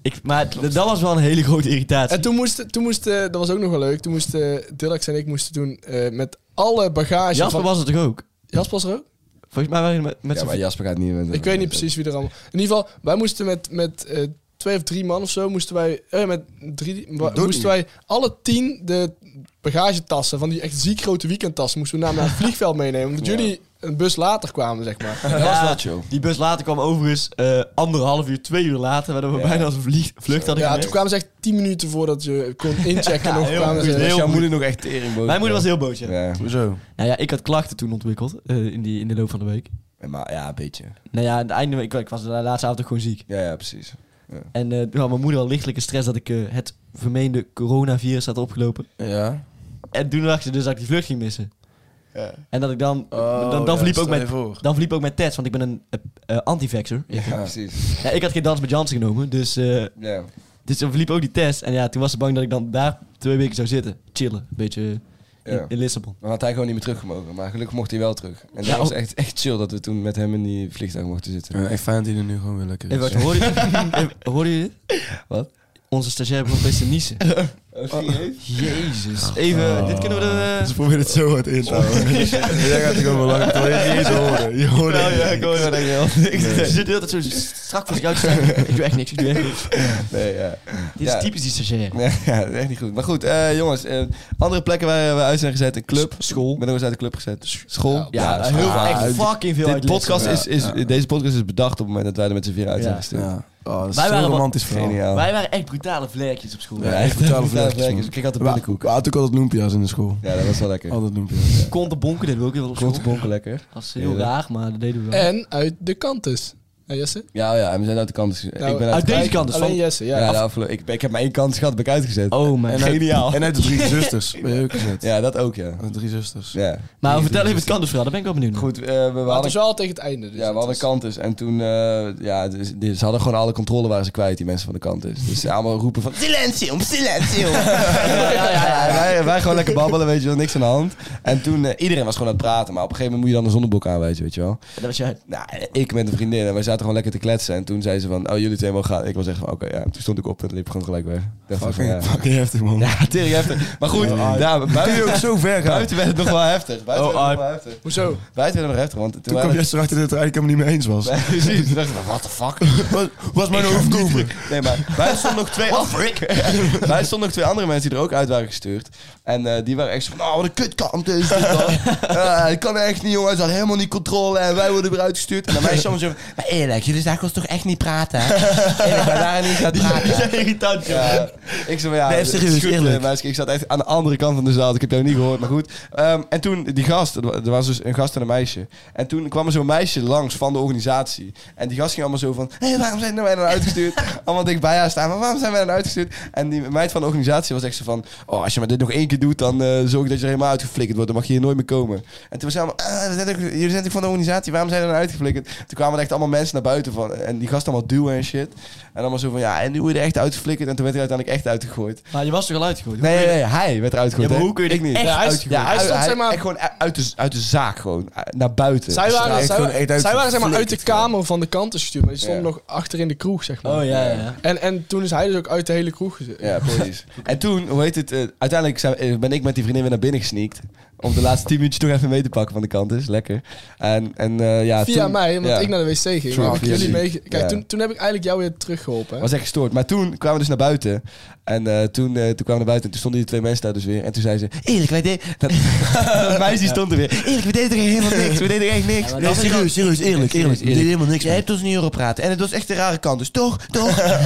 Ik, maar het- dat was wel een hele grote irritatie. En toen moesten, toen moesten, dat was ook nog wel leuk, toen moesten Dillax en ik moesten doen eh, met alle bagage Jasper van... was het toch ook? Jasper was er ook? Volgens mij waren we met, met Ja, z'n maar Jasper gaat niet met... Ik weet niet precies wie er allemaal... In ieder geval, wij moesten met, met eh, twee of drie man of zo, moesten wij, eh, met drie, wa- doet moesten wij alle tien de bagagetassen, van die echt ziek grote weekendtassen, moesten we naar naar het vliegveld meenemen, omdat Ja. jullie een bus later kwamen, zeg maar. Dat was Ja. wel chill. Die bus later kwam overigens eh, anderhalf uur, twee uur later, waardoor we Ja. bijna als een vlieg, vlucht hadden Ja, gemist. toen kwamen ze echt tien minuten voordat je kon inchecken. nog heel kwamen goed, ze, heel Dus jouw goed. moeder nog echt tering Mijn moeder was heel boos, ja. Ja, Hoezo? Nou ja, ik had klachten toen ontwikkeld eh, in, die, in de loop van de week. maar ja, een beetje. Nou ja, aan het einde, ik, ik was de laatste avond ook gewoon ziek. Ja, ja, precies. En eh, toen had mijn moeder al lichtelijke stress dat ik eh, het vermeende coronavirus had opgelopen. Ja. En toen dacht ze dus dat ik die vlucht ging missen. Ja. Oh, En dat ik dan... Oh, dan, dan, verliep ook mijn, dan verliep ook mijn test, want ik ben een eh, eh, anti-vaxxer. Ja, precies. Ja, ik had geen dans met Jansen genomen, dus... eh, Ja. Dus dan verliep ook die test. En ja, toen was ze bang dat ik dan daar twee weken zou zitten. Chillen. Een beetje in, Ja. in Lissabon. Dan had hij gewoon niet meer teruggemogen, maar gelukkig mocht hij wel terug. En dat Ja, was ook- echt, echt chill dat we toen met hem in die vliegtuig mochten zitten. echt fijn dat hij er nu gewoon weer lekker Even wat, hoorde je, even, hoorde je dit? Wat? Oh, Onze stagiair begon opeens te niezen. Oh, Jezus. Even, Ah. dit kunnen we... De, Ze proberen het zo hard in te houden. Jij gaat er gewoon wel lang door. Je eens horen. Je hoort Nou ja, het. ik hoor dat denk wel. Ze zit de hele tijd zo strak voor zich uit te kijken. Ik doe echt niks, ik doe echt niks. Nee, ja. Dit Ja. is typisch die stagiair. Nee, ja, dat is echt niet goed. Maar goed, eh, jongens, eh, andere plekken waar we uit zijn gezet, een club. School. Ik ben nog eens uit de club gezet. School. Ja, Ja, dat is heel, waar. echt Dit- fucking veel uit Dit podcast Lissabon. is, is, Deze podcast is bedacht op het moment dat wij er met z'n vier uit zijn Ja. gestuurd. Ja. Oh, dat is Wij zo waren wel- romantisch verhaal. Geniaal. Wij waren echt brutale vlekjes op school. Ja, Ja, echt echt brutale brutale vlekjes, vlekjes. man. dus Ik kreeg altijd Wa- binnenkoek. We hadden ook altijd loempia's in de school. Ja, dat was wel lekker. Altijd loempia's. ja. Konten bonken deden we ook heel veel op Komt school. bonken lekker. Dat is heel Ja. raar, maar dat deden we wel. En uit de kantus. Ja, Jesse? Ja, ja, en we zijn uit de kant. Dus Nou, ik ben uit uit de deze kant. kant dus Alleen van... Jesse, ja. Ja, de afgelopen, ik, ik heb maar één kant gehad, ben ik uitgezet. Oh mijn uit- Eh, Geniaal. En uit de drie zusters. Ben je ook gezet? Oh, Ja, dat ook, ja. De drie zusters. ja. Maar vertel even het kan dus verhaal, daar ben ik wel benieuwd naar. Goed, eh, we, we Maar het hadden is wel tegen het einde. Dus Ja, we hadden kantus. En toen, eh, ja, dus, die- ze hadden gewoon alle controle waren ze kwijt, die mensen van de kantus. Dus ze allemaal roepen van, silencio, silencio. ja, ja, ja. En wij, wij gewoon lekker babbelen, weet je wel, niks aan de hand. En toen, eh, iedereen was gewoon aan het praten. Maar op een gegeven moment moet je dan een zonnebok aanwijzen, weet je wel. Dat was jij. Nou, ik met een vriendin en wij zaten gewoon lekker te kletsen. En toen zei ze van, oh, jullie twee mogen gaan. Ik was echt van, oké, ja. Toen stond ik op en liep gewoon gelijk weg. Ik dacht van, Fucking, ja. fucking heftig, man. Ja, tering heftig. Maar goed, Ja. ja, Kun je ook buiten, zo ver gaan? buiten werd het nog wel heftig. Buiten Oh, werd het I- nog wel heftig. Hoezo? Buiten werd het nog heftig, want toen, Toen waren- kwam Jesse erachter dat het er eigenlijk helemaal niet mee eens was. Nee, precies. Toen dacht ik, what the fuck? Was, was mijn overkomen. Nee, maar wij stonden nog twee andere... wij stonden nog twee andere mensen die er ook uit waren gestuurd. En eh, die waren echt zo van, oh, wat een kutkant is dit dan. Eh, dat kan echt niet, jongens. Ze hadden helemaal niet controle en wij worden weer uitgestuurd. En dan wij soms zo van, maar eerlijk, jullie zagen ons toch echt niet praten, hè? Eerlijk, wij waren niet aan het Die praten. zijn irritant, joh. Ja, ik zei, ja, Nee, het serieus, is goed, eerlijk. eh, meisje, ik zat echt aan de andere kant van de zaal. dus Ik heb jou niet gehoord, maar goed. Ehm, en toen, die gast, er wa- er was dus een gast en een meisje. En toen kwam er zo'n meisje langs van de organisatie. En die gast ging allemaal zo van, hé, waarom zijn wij dan uitgestuurd? allemaal dik bij haar staan, maar waarom zijn wij dan uitgestuurd? En die meid van de organisatie was echt zo van, oh, als je maar dit nog één keer doet, dan eh, zorg ik dat je er helemaal uitgeflikkerd wordt. Dan mag je hier nooit meer komen. En toen was ze allemaal, ah, dat zijn toch- jullie zijn toch van de organisatie, waarom zijn we dan uitgeflikkerd? Toen kwamen er echt allemaal mensen naar buiten van, en die gast allemaal duwen en shit. En allemaal zo van, ja, en nu word je er echt uitgeflikkerd. En toen werd hij uiteindelijk echt uitgegooid. Maar je was toch al uitgegooid? Nee, nee, nee, hij werd eruit gegooid. Ja, maar hè? hoe kun je ik dit niet? echt ja, hij, uitgegooid? ja, Hij hij, stond, hij- zeg maar- echt gewoon uit de, uit de zaak, gewoon eh, naar buiten. Zij straat waren, zij, gewoon wa- echt uit zij waren zeg maar uit de geflikkerd, ja. kamer van de kanten gestuurd, maar die stonden Ja. nog achter in de kroeg, zeg maar. Oh ja, ja, ja. En, en toen is hij dus ook uit de hele kroeg gezet. Ja, precies. En toen, hoe heet het, eh, uiteindelijk zijn- eh, ben ik met die vriendin weer naar binnen gesneakt. Om de laatste tien minuutjes toch even mee te pakken van de kant, is lekker. En, en eh, ja, Via toen- mij, want ja. ik naar de wc ging. True, Maar ik via jullie die. mee... Kijk, Ja. toen, toen heb ik eigenlijk jou weer teruggeholpen. hè. was echt gestoord. Maar toen kwamen we dus naar buiten. En eh, toen, eh, toen kwamen we naar buiten. En toen stonden die twee mensen daar dus weer. En toen zei ze... Eerlijk, wij deden... Dat, dat meisje die stond er weer. Eerlijk, we deden er helemaal niks. We deden er echt niks. Ja, maar Nee, serieus, serieus, eerlijk, eerlijk. Ik deed helemaal niks. Jij man. hebt ons niet horen praten. En het was echt een rare kant. Dus toch, toch.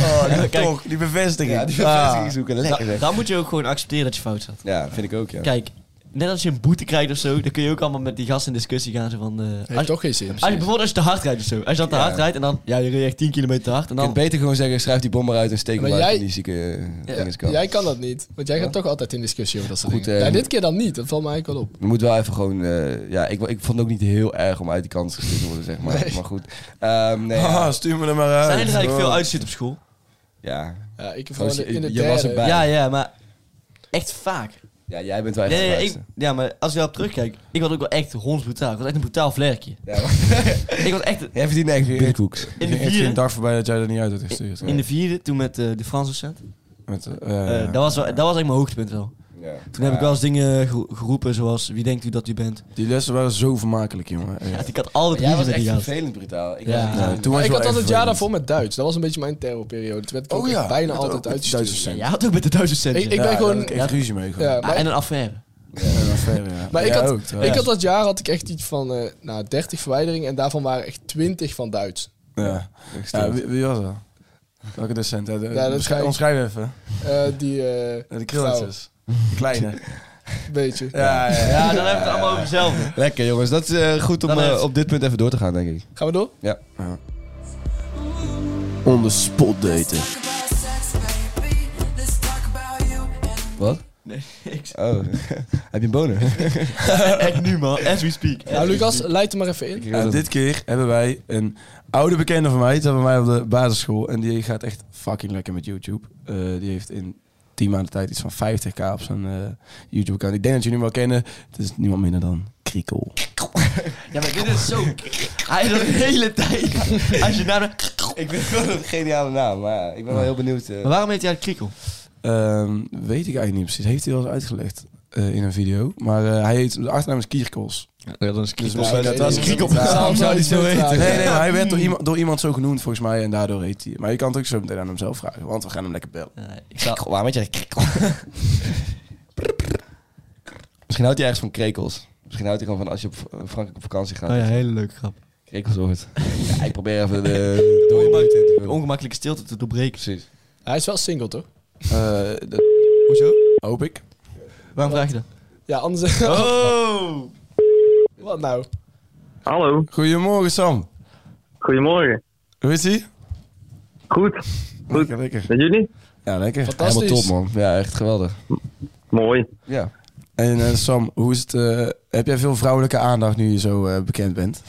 Kijk, Toch, die bevestiging. Ja, die bevestiging Ah. zoeken. da- Lekker zeg. dan moet je ook gewoon accepteren dat je fout zat. Ja, vind ik ook, ja. Kijk, net als je een boete krijgt of zo, dan kun je ook allemaal met die gasten in discussie gaan. Zo van, eh, Heeft als, toch geen zin. als je bijvoorbeeld als je te hard rijdt of zo. Als je dan te Ja. hard rijdt en dan, ja, je reed echt 10 kilometer te hard. En Je kunt dan, beter gewoon zeggen, schrijf die bom maar uit en steek Maar hem uit jij- in die zieke eh, dingenskant. Jij kan dat niet, want jij gaat toch altijd in discussie over dat soort Goed, dingen. eh, ja, dit keer dan niet, dat valt me eigenlijk wel op. Je moet wel even gewoon... eh, ja, ik, ik vond het ook niet heel erg om uit die kant gestuurd te worden, zeg maar. Maar goed. Ehm, nee, ja. Ah, stuur me er maar uit. zijn er eigenlijk Oh. veel uitziet op school? ja. Ja, ik Gewoon, vooral je- in de je was derde. erbij. Ja. Ja, ja, maar echt vaak. Ja, jij bent wel echt Nee, nee, de ik, laatste. ja, maar als je daarop terugkijkt, ik was ook wel echt hondsbrutaal. Ik was echt een brutaal vlerkje. Ja, maar- Ik was echt Jij verdient echt binnenkoeks. in de Er ging geen vierde, dag voorbij dat jij er niet uit had gestuurd. in de vierde toen met eh, de Franse cent. Met, eh, Eh, dat, was wel, dat was eigenlijk mijn hoogtepunt wel. Ja. Toen heb ik wel eens dingen gero- geroepen zoals, wie denkt u dat u bent? Die lessen waren zo vermakelijk, jongen. Echt. Ja, ik had altijd Jij ruzie was met echt die gast. vervelend brutaal. Ik Ja. was echt- Ja, toen was je ik wel had dat echt het jaar vervelend. daarvoor met Duits. Dat was een beetje mijn terrorperiode. Toen werd ik Oh ook ja, echt bijna met- ook altijd met uitgestuurd. Duitsers. Ja, jij had ook met de duizend cent. Ik- ik- ben Ja, gewoon- daar had Ik echt ruzie mee. Gewoon. Ja, Ah, maar en een affaire. Ja, een affaire, ja. Maar ik Jij had- ook, ik trouwens. had dat jaar had ik echt iets van eh nou, 30 verwijderingen en daarvan waren echt 20 van Duits. Ja. Ja, Ja, wie, wie was dat? Welke docent? Ja, de, dat beschrij- zei- omschrijf even. Eh, die eh, Ja, De krulletjes. Kleine. beetje. Ja, ja, ja. Ja, dan hebben we het allemaal over hetzelfde. Lekker jongens, dat is eh, goed om Dan eh, heeft- op dit punt even door te gaan, denk ik. Gaan we door? On the spot daten. Let's talk about sex, baby. Let's talk about you and Wat? Nee, ik Oh, heb je een boner? echt nu man, as we speak. Nou, Lucas, leid hem maar even in. En dit keer hebben wij een oude bekende van mij. Die zat bij mij op de basisschool. En die gaat echt fucking lekker met YouTube. Eh, die heeft in 10 maanden tijd iets van 50k op zijn YouTube-account. Ik denk dat jullie hem wel kennen. Het is niemand minder dan Kriekel. Ja, maar dit is zo... Hij is al de hele tijd... Als je naar de... ik vind het wel een geniale naam, maar ja, ik ben wel heel benieuwd. eh. Maar waarom heet hij het Kriekel? Ehm, weet ik eigenlijk niet precies. Heeft hij wel eens uitgelegd eh, in een video. Maar eh, hij heet, de achternaam is Kierkels. Ja, dat is dus Kriekel. misschien dat dat is hij- Kriekel. Ja, Waarom zou hij zo heten? Nee, nee, maar hij werd door iemand, door iemand zo genoemd volgens mij. En daardoor heet hij. Maar je kan het ook zo meteen aan hem zelf vragen. Want we gaan hem lekker bellen. Nee, Eh, ik zou- Krikkel, waarom heet je dat krikkel? Misschien houdt hij ergens van krekels. Misschien houdt hij gewoon van als je op v- Frankrijk op vakantie gaat. Oh ja, hele leuke grap. Krekelsoort. ja, ik probeer even de dode markt in te De vullen. ongemakkelijke stilte te doorbreken. Precies. Hij is wel single, toch? Eh, dat Hoezo? hoop ik. Waarom vraag je dat? Ja, anders... Oh! Wat nou? Hallo, Goedemorgen Sam. goedemorgen. Hoe is ie? Goed, Goed. lekker. met jullie? Ja, lekker. Fantastisch. Helemaal top, man. Ja, echt geweldig. Mooi. Ja. En eh, Sam, hoe is het, eh, heb jij veel vrouwelijke aandacht nu je zo eh, bekend bent?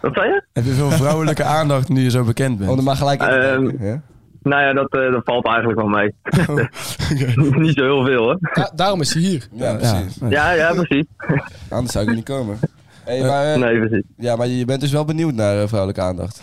Wat zei je? Heb je veel vrouwelijke aandacht nu je zo bekend bent? Om er maar gelijk in te Ehm, kijken, hè? Nou ja, dat, eh, dat valt eigenlijk wel mee. Niet zo heel veel, hè? Da- daarom is hij hier. Ja, precies. Ja. Ja, ja, precies. Anders zou ik er niet komen. Hey, maar, eh, Nee, precies. Ja, maar je bent dus wel benieuwd naar eh, vrouwelijke aandacht.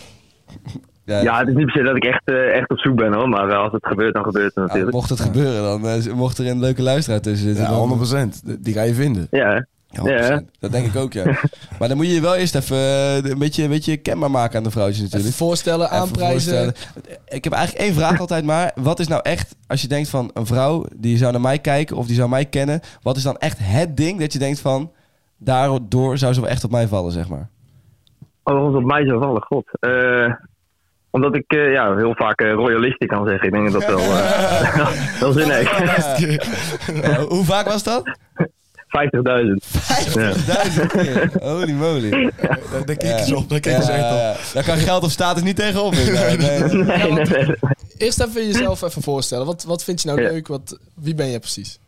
eh, Ja, het is niet per se dat ik echt, eh, echt op zoek ben, hoor. Maar wel, als het gebeurt, dan gebeurt het Ja, natuurlijk. mocht het gebeuren, dan eh, mocht er een leuke luisteraar tussen zitten. Ja, dan- 100%. Die- Die ga je vinden. Ja, Ja, Ja. 100%. Dat denk ik ook, ja. maar dan moet je je wel eerst even eh, een beetje, een beetje kenbaar maken aan de vrouwtjes Even natuurlijk. voorstellen, Even aanprijzen. voorstellen. Ik heb eigenlijk één vraag altijd maar. Wat is nou echt, als je denkt van een vrouw die zou naar mij kijken of die zou mij kennen. Wat is dan echt het ding dat je denkt van, daardoor zou ze wel echt op mij vallen, zeg maar. oh, als het op mij zou vallen, god. Eh, omdat ik eh, ja, heel vaak eh royalistisch kan zeggen. Ik denk dat dat wel, eh, wel zin heeft. Eh, hoe vaak was dat? 50.000. 50.000 keer. Holy moly. Daar Ja. Ja, ja, ja. Daar kan geld of status niet tegenop. inderdaad. Nee, nee. Nee, nee, nee. Eerst even jezelf even voorstellen. Wat, wat vind je nou Ja. leuk? Wat, wie ben je precies?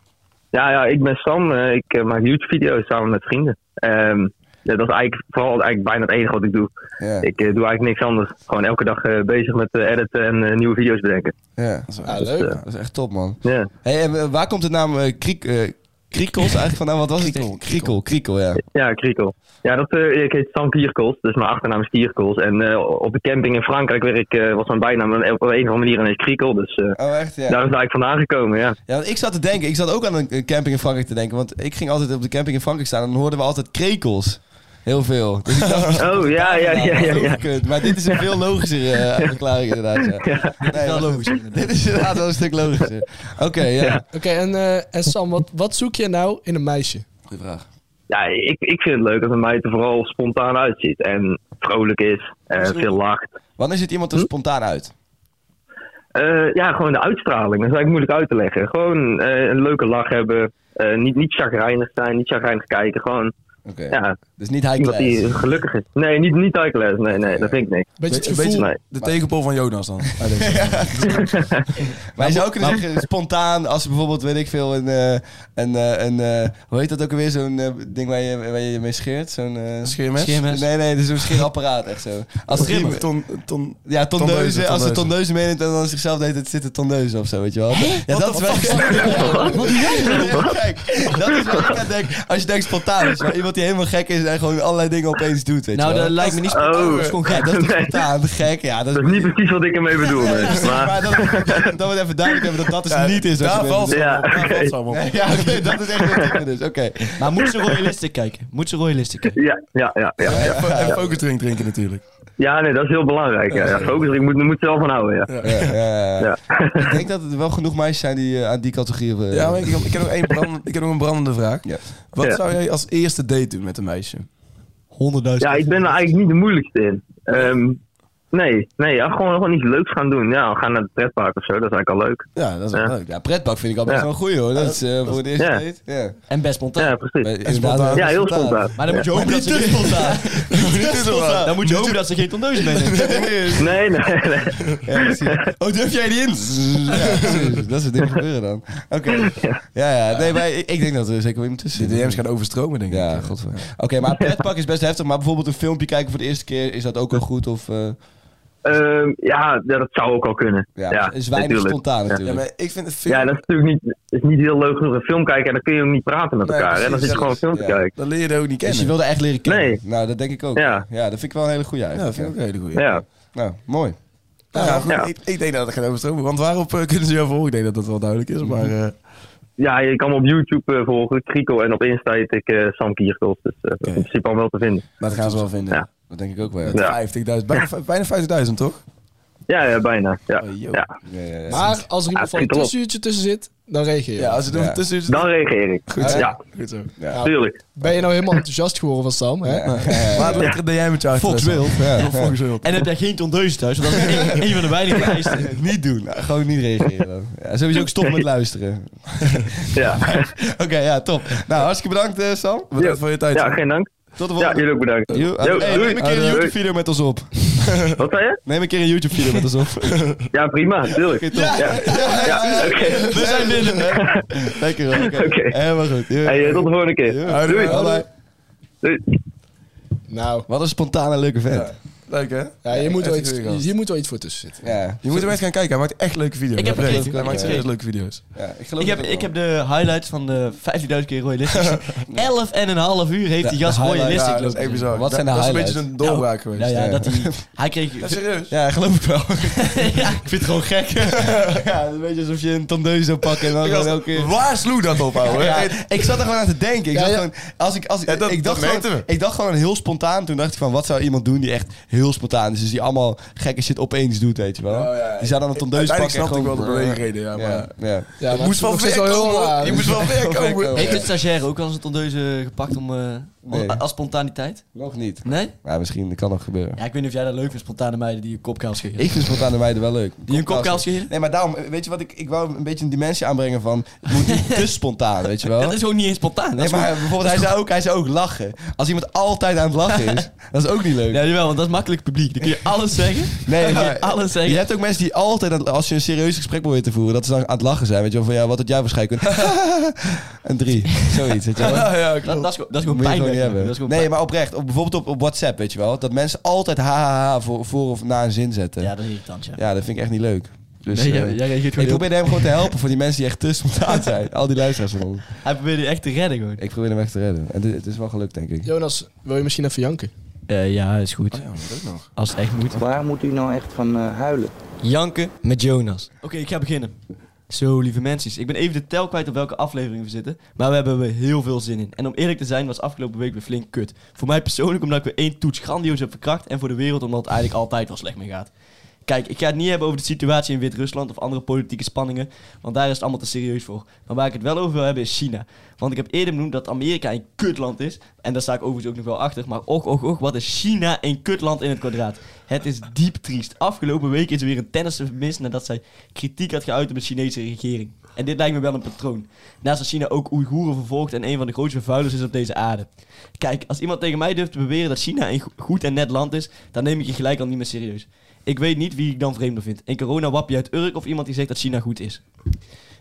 Ja, ja, ik ben Sam. eh, ik eh, maak YouTube-video's samen met vrienden. Ehm, ja, dat is eigenlijk vooral eigenlijk bijna het enige wat ik doe. Ja, Ik eh, doe eigenlijk niks anders. Gewoon elke dag eh, bezig met eh, editen en eh, nieuwe video's bedenken. ja. Ja, Ah, dus, eh, leuk. Dat is echt top, man. Ja. Hey, en eh, waar komt de naam eh Kriek, eh, Kriekels eigenlijk vandaan? Wat was het? Kriekel, Kriekel, ja. Ja, Kriekel. Ja, dat, eh, ik heet Sam Kierkels, dus mijn achternaam is Kierkels. En eh, op de camping in Frankrijk werk, ik, eh, was mijn bijnaam op een of andere manier ineens Kriekel. Dus eh, Oh, echt? Ja. daar is het eigenlijk vandaan gekomen, ja. ja, want ik zat te denken. Ik zat ook aan een eh, camping in Frankrijk te denken. Want ik ging altijd op de camping in Frankrijk staan en dan hoorden we altijd krekels. Heel veel. Dus ik dacht, Oh, ja, ja, ja, ja. ja. kut. Maar dit is eh, een veel logischere eh, verklaring inderdaad. Ja. Dit is wel logischer. Dit is inderdaad wel een stuk logischer. Oké, ja. Oké, en, eh, en Sam, wat, wat zoek je nou in een meisje? Goeie vraag. Ja, ik, ik vind het leuk dat een meid er vooral spontaan uitziet. En vrolijk is, eh, veel lacht. Wanneer zit iemand er spontaan uit? Eh, ja, gewoon de uitstraling. Dat is eigenlijk moeilijk uit te leggen. Gewoon eh, een leuke lach hebben. Eh, niet, niet chagrijnig zijn, niet chagrijnig kijken. Gewoon, Oké. ja, Dus niet high iemand class. die gelukkig is. Nee, niet, niet high-class. Nee, nee, dat vind ik niks. Beetje het Een beetje gevoel. Nee. de tegenpool van Jonas dan. Ah, deze. Maar je zou ook kunnen zeggen, spontaan, als je bijvoorbeeld, weet ik veel, een, eh, een, eh, een eh, hoe heet dat ook alweer, zo'n eh, ding waar je, waar je je mee scheert? Zo'n eh, Scheermes? Scheermes. Nee, nee, dus zo'n scheerapparaat, echt zo. Als er iemand- Ton, ton, ja, tondeuzen, Tondeuzen, als ze tondeuzen. tondeuzen meeneemt en dan zichzelf deed, het zitten tondeuzen of zo, weet je wel. Ja, dat is wel... Ja, kijk, dat is wat ik aan denk, als je denkt spontaan, is, maar iemand die helemaal gek is en gewoon allerlei dingen opeens doet, weet Nou, je wel. dat lijkt me niet Oh. spontaan. Dat is gewoon Ja, gek. dat is toch Nee. spontaan, gek, ja. Dat is, Dat is niet precies wat ik ermee bedoel. nee. maar, Maar, dat, dat, dat we het even duidelijk hebben dat dat dus niet is. wat je Daar bent. valt ze Ja, allemaal op. Daar oké. valt ze allemaal op. Nee, Ja, oké, dat is echt wat ik ben dus. Oké. Maar moet ze royalistisch kijken? Moet ze royalistisch kijken? ja, ja, ja, ja. En fo- En focusdrink drinken natuurlijk. Ja, nee, dat is heel belangrijk. Ja, ja. Focus, ik moet, moet er wel van houden, ja. Ja, ja, ja. Ja. Ik denk dat er wel genoeg meisjes zijn die eh, aan die categorie... eh, Ja, maar ik, ik, heb nog één brand, ik heb nog een brandende vraag. Ja. Wat Ja. zou jij als eerste date doen met een meisje? 100.000. Ja, ik ben er eigenlijk niet de moeilijkste in. Ehm, nee, nee, ja, gewoon, gewoon iets leuks gaan doen. Ja, we gaan naar het pretpark of zo, dat is eigenlijk al leuk. Ja, dat is wel Ja. leuk. Ja, pretbak vind ik al best Ja. wel een goeie hoor. Dat is eh, voor het eerste ja. date. Ja. En best spontaan. Ja, precies. Inderdaad, spontaan. Ja, heel spontaan. Maar dan moet je hopen dat ze spontaan. Dan moet je hopen dat ze geen tondeuzen meeneemt. Nee, nee, nee. Ja, precies. Oh, durf jij niet in? Ja, precies. Dat is het ding gebeuren dan. Oké. Ja, ja. Nee, maar ik, ik denk dat er zeker wel iemand De tussen zit. DM's gaan overstromen, denk ik. Ja, godver. Oké, maar pretpak is best heftig. Maar bijvoorbeeld een filmpje kijken voor de eerste keer, is dat ook wel goed? Of, eh, Ehm, ja, ja, dat zou ook al kunnen. ja, Ja, is weinig natuurlijk. spontaan Ja, natuurlijk. maar ik vind het veel... Ja, dat is natuurlijk niet, is niet heel leuk genoeg. Een film kijken en dan kun je ook niet praten met Nee, elkaar. hè? Dan precies, zit je gewoon een film te ja. kijken. Dat leer je er ook niet Dus je kennen. wilde echt leren kennen? Nee. Nou, dat denk ik ook. Ja. ja, dat vind ik wel een hele goede Ja, dat eigenlijk. vind ik ook ja. een hele goeie. Ja. Nou, mooi. Nou ja, goed, Ja. Ik, ik denk dat het gaat overstromen. Want waarop eh, kunnen ze jou volgen? Ik denk dat dat wel duidelijk is, maar... eh, ja, je kan me op YouTube eh, volgen, Krico. En op Insta heet ik eh, Sam Kierkels. Dus eh, in principe al wel te vinden. dat gaan ze wel vinden. Ja. Dat denk ik ook wel. ja. Ja. 50.000, bijna, bijna 50.000 toch? Ja, ja bijna. Ja, Oh, joh. ja. Ja, ja, ja. Maar als er iemand Ah, van een klopt. tussenuurtje tussen zit, dan reageer je. Ja, als het Ja. er tussen is... Dan reageer ik. Goed zo. Ja, Goed zo. tuurlijk. Ben je nou helemaal enthousiast geworden van Sam? Hè? Waar lekker dat jij met jou Fox wil. Ja. Fox wil. En heb jij geen tondeuze thuis? Want dat is een- een van de weinige lijsten. Niet doen. Nou, gewoon niet reageren. dan. Ja, sowieso ook stop met luisteren. Ja, Oké, ja, top. Nou, hartstikke bedankt eh, Sam. Bedankt voor je tijd. ja geen dank. Tot de Ja, volgende. jullie ook bedankt. Jo- Jo, Hey, doei. neem een keer een Doei. YouTube-video met ons op. Wat zei je? Neem een keer een YouTube-video met ons op. Ja, prima, tuurlijk. Ja, ja, oké. We zijn binnen. hè. Lekker hoor. Oké. Oké. Helemaal goed. Jo. Hey, eh, tot de volgende keer. Jo. Doei. Bye bye. Doei. Nou, Wat een spontane leuke vent. Leuk hè? ja, hier, moet wel echt iets, een goeie gast. hier moet wel iets voor tussen zitten. Ja. Je moet hem echt gaan kijken. Hij maakt echt leuke video's. Ik heb Oprecht. gekeken. Hij Ik maakt heb serieus leuke video's. Ja, ik geloof Ik heb, het ook ik wel. heb de highlights van de 15.000 keer rode list. gezien. 11 en een half uur heeft die gast rode list. Ja, geklopt. dat is echt bizar. Wat zijn de dat, dat is een highlights? beetje een doorbraak geweest. Nou ja, Ja. dat hij... Hij kreeg... Ja, serieus. Ja, geloof ik wel. ja, ik vind het gewoon gek. ja, een beetje alsof je een tondeuze zou pakken en dan gewoon elke keer... Waar sloeg dat op, ouwe? Ja, Hey, ik zat er gewoon aan te denken. Ik, Ja, zat ja. Gewoon, als ik, als, ik- Ja, dat- ik, dacht dat gewoon, merkten we. ik dacht gewoon heel spontaan. Toen dacht ik van, wat zou iemand doen die echt heel spontaan is? Dus die allemaal gekke shit opeens doet, weet je wel. Oh, ja. Die zou dan een tondeus Uiteindelijk pakken. snapte en ik wel gewoon- de beweegreden, ja, maar... Ja, ja. Ja, Het maar moest het wel is nog steeds ver wel heel komen. raar. Je moest wel ver komen. Heeft de stagiair ook al eens een tondeuze gepakt om, eh, Nee. als spontaniteit? Nog niet. Nee? Maar misschien dat kan nog gebeuren. Ja, ik weet niet of jij dat leuk vindt, spontane meiden die je kopkaal scheren. Ik vind spontane meiden wel leuk. Die een kopkaal Kopkaalsen. scheren? Nee, maar daarom, weet je wat, ik, ik wou een beetje een dimensie aanbrengen van, het moet niet te spontaan, weet je wel. Dat is gewoon niet eens spontaan. dat Nee, is maar gewoon- bijvoorbeeld, hij zou, ook, hij zou ook lachen. Als iemand altijd aan het lachen is, dat is ook niet leuk. Ja, jawel, want dat is makkelijk publiek. Dan kun je alles zeggen. Nee, Dan kun je maar alles zeggen. je hebt ook mensen die altijd, aan het- als je een serieus gesprek probeert te voeren, dat ze dan aan het lachen zijn. Weet je wel, van ja, wat had jij waarschijnlijk Een drie, zoiets. Weet je wel. Ja, ja, Dat, dat is, gewoon- dat is Moet je gewoon pijn. gewoon niet wegnemen. hebben. Dat is gewoon Nee, pijn. maar oprecht. Op, bijvoorbeeld op, op WhatsApp, weet je wel. Dat mensen altijd hahaha voor, voor of na een zin zetten. Ja, Ja, dat is irritant, ja. dat vind ik echt niet leuk. Dus, nee, eh, jij, jij reageert ik gewoon heel- probeer hem gewoon te helpen voor die mensen die echt te spontaan zijn. Al die luisteraars van ons. Hij probeert je echt te redden gewoon. Ik probeer hem echt te redden. En dit- het is wel gelukt, denk ik. Jonas, wil je misschien even janken? Eh, Oh ja, is goed. Als het echt moet. Waar moet u nou echt van eh, huilen? Janken met Jonas. Oké, ik ga beginnen. Zo, lieve mensen. Ik ben even de tel kwijt op welke aflevering we zitten. Maar we hebben er heel veel zin in. En om eerlijk te zijn, was afgelopen week weer flink kut. Voor mij persoonlijk, omdat ik weer één toets grandioos heb verkracht. En voor de wereld, omdat het eigenlijk altijd wel slecht mee gaat. Kijk, ik ga het niet hebben over de situatie in Wit-Rusland of andere politieke spanningen, want daar is het allemaal te serieus voor. Maar waar ik het wel over wil hebben is China. Want ik heb eerder benoemd dat Amerika een kutland is, en daar sta ik overigens ook nog wel achter, maar och, och, och, wat is China een kutland in het kwadraat? Het is diep triest. Afgelopen week is er weer een tennisser vermist nadat zij kritiek had geuit op de Chinese regering. En dit lijkt me wel een patroon. Naast dat China ook Oeigoeren vervolgt en een van de grootste vervuilers is op deze aarde. Kijk, als iemand tegen mij durft te beweren dat China een go- goed en net land is, dan neem ik je gelijk al niet meer serieus. Ik weet niet wie ik dan vreemder vind. Een coronawappie uit Urk of iemand die zegt dat China goed is.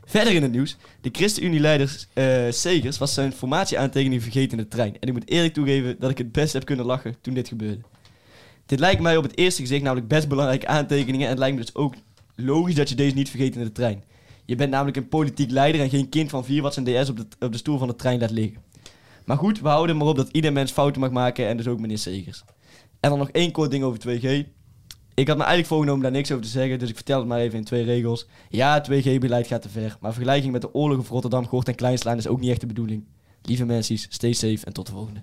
Verder in het nieuws. De ChristenUnie-leider eh, Segers was zijn formatie aantekening vergeten in de trein. En ik moet eerlijk toegeven dat ik het best heb kunnen lachen toen dit gebeurde. Dit lijkt mij op het eerste gezicht namelijk best belangrijke aantekeningen. En het lijkt me dus ook logisch dat je deze niet vergeet in de trein. Je bent namelijk een politiek leider en geen kind van vier wat zijn DS op de, op de stoel van de trein laat liggen. Maar goed, we houden maar op dat ieder mens fouten mag maken en dus ook meneer Segers. En dan nog één kort ding over 2G. Ik had me eigenlijk voorgenomen daar niks over te zeggen, dus ik vertel het maar even in twee regels. Ja, het 2G-beleid gaat te ver, maar vergelijking met de oorlog of Rotterdam, Gort en Kleinslaan is ook niet echt de bedoeling. Lieve mensen, stay safe en tot de volgende.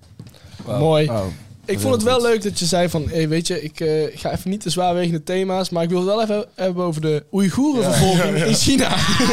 Mooi. Oh. Ik vond het wel leuk dat je zei van, hey, weet je, ik eh, ga even niet te zwaarwegende thema's, maar ik wil het wel even hebben over de Oeigoerenvervolging in China.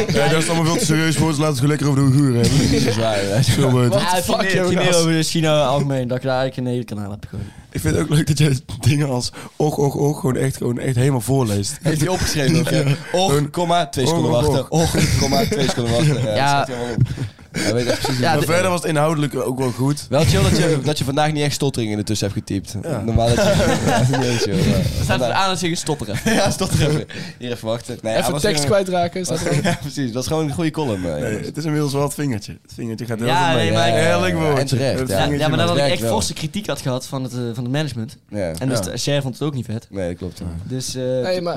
Ja, Eh, dat is allemaal veel te serieus voor, dus laten we het lekker over de Oeigoeren hebben. Dat is waar, ja. Veel beter. the het ging fuck, meer- het ging Jonas? meer over China algemeen, dat ik daar eigenlijk een hele kanaal heb gegooid. Ik vind het ook leuk dat jij dingen als och, och, och gewoon echt, gewoon echt helemaal voorleest. Heeft hij opgeschreven ook, ja. Och, Gewoon- komma, twee Och, seconden och, wachten. Och, komma, twee seconden wachten. Ja, Ja. dat staat helemaal op. Hij weet echt precies. Ja, maar de- verder was het inhoudelijk ook wel goed. Wel chill dat je, dat je vandaag niet echt stottering in de tussen hebt getypt. Ja. Normaal dat je... Ja, niet eens, joh, maar Er staat vandaag- aan dat ze stotteren. Ja, stotteren. Hier even wachten. Nee, hij even was tekst weer- kwijtraken. Staat er ook. Ja, precies. Dat was gewoon een goede column. eh, Nee, jongens. het is inmiddels wel het vingertje. Het vingertje gaat heel Ja, goed nee, mee. maar- Heerlijk Ja, woordje. en terecht, Het ja. Ja, vingertje maar maakt- het dat ik werkt echt wel. forse kritiek had gehad van het, eh, van het management. Ja. En dus Ja. de sheriff vond het ook niet vet. Nee, dat klopt. Maar Dus eh, Nee, maar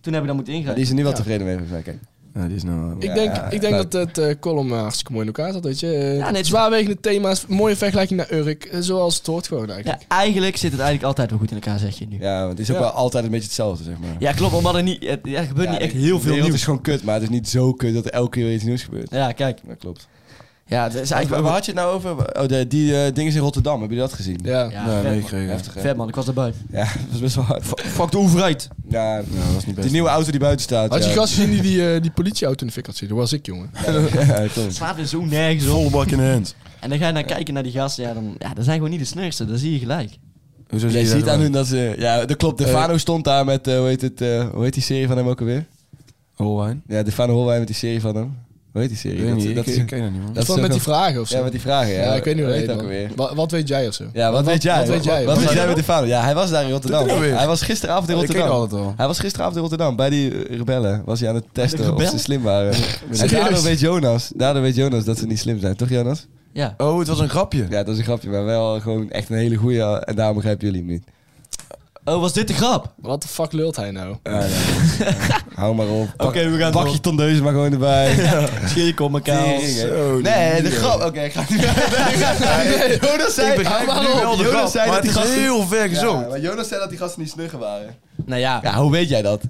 toen heb ik dat moeten ingrijpen. die is er nu wel tevreden mee. volgens mij. Kijk. Ja, die is nou wel- ik denk, Ja, ik denk leuk. dat het eh, column eh, hartstikke mooi in elkaar zat, weet je. Eh, Ja, nee, zwaarwegende thema's, mooie vergelijking naar Urk, eh, zoals het hoort gewoon Ja, eigenlijk. eigenlijk zit het eigenlijk altijd wel goed in elkaar, zeg je nu. Ja, Ja, want het is ook Ja. wel altijd een beetje hetzelfde, zeg maar. klopt, omdat er niet, het, ja, er gebeurt Ja, niet echt de- heel veel de wereld nieuws. is gewoon kut, maar het is niet zo kut dat er elke keer weer iets nieuws gebeurt. Ja, kijk. Dat klopt. Ja, het is Waar, eigenlijk waar had je het nou over? Oh, de, die eh, dingen in Rotterdam, heb je dat gezien? Ja. Ja, Nee, vet, nee, man. ik kreeg- Heftig, hè? Vet, man, ik was erbij. Ja, dat was best wel hard. Fuck de overheid. Ja, nou, Ja, dat was niet best. die nieuwe auto die buiten staat. Had je ja. gast gezien die, die, eh, die politieauto in de fik had zitten? Dat was ik, jongen. Ja, klopt. slaat er zo nergens op. Volle bak in de hand. En dan ga je naar kijken naar die gasten. Ja, dan, ja, dan zijn gewoon niet de snurkste. Dat zie je gelijk. Hoezo zie Jij je dat ziet dan? aan hun dat ze... Ja, dat klopt. Defano Eh. stond daar met... eh, hoe, heet het, eh, hoe heet die serie van hem ook alweer? Holwijn? Ja, Defano Holwijn met die serie van hem. Hoe heet die serie? Ik weet niet, dat, ik is- ik ken dat niet, man. Dat is was met ook die een- vragen of zo. Ja, met die vragen. Ja, Ja, ik weet niet hoe heet dat ook alweer. heet. Wat, wat weet jij of zo? Ja, wat, weet jij? wat weet jij? Wat Wat was weet jij nou jij met Defano? Ja, hij was daar in Rotterdam. Doe dat weer. Hij was gisteravond in Ik ken Rotterdam. altijd al. Hij was gisteravond in Rotterdam. Bij die eh, rebellen was hij aan het testen of ze rebellen? slim waren. en Serieus? daardoor weet, Jonas, daardoor weet Jonas dat ze niet slim zijn. Toch, Jonas? Ja. Eh, Oh, het was een grapje. Ja, dat is een grapje. Maar wel gewoon echt een hele goeie. En daarom begrijpen jullie hem niet. Oh, was dit de grap? Wat de fuck lult hij nou? Hou maar op. Oké, we gaan Pak door. je tondeuzen maar gewoon erbij. Schrik op elkaar. Tering, hè. Zo, Nee, Oh, die- de grap. Oké, ik ga het niet meer. Jonas zei, Ik begrijp Hou nu maar op. wel de Jonas grap, zei maar dat het die is gasten... heel ver Ja, gezocht. maar Jonas zei dat die gasten niet snuggen waren. Nou ja. Ja, hoe weet jij dat?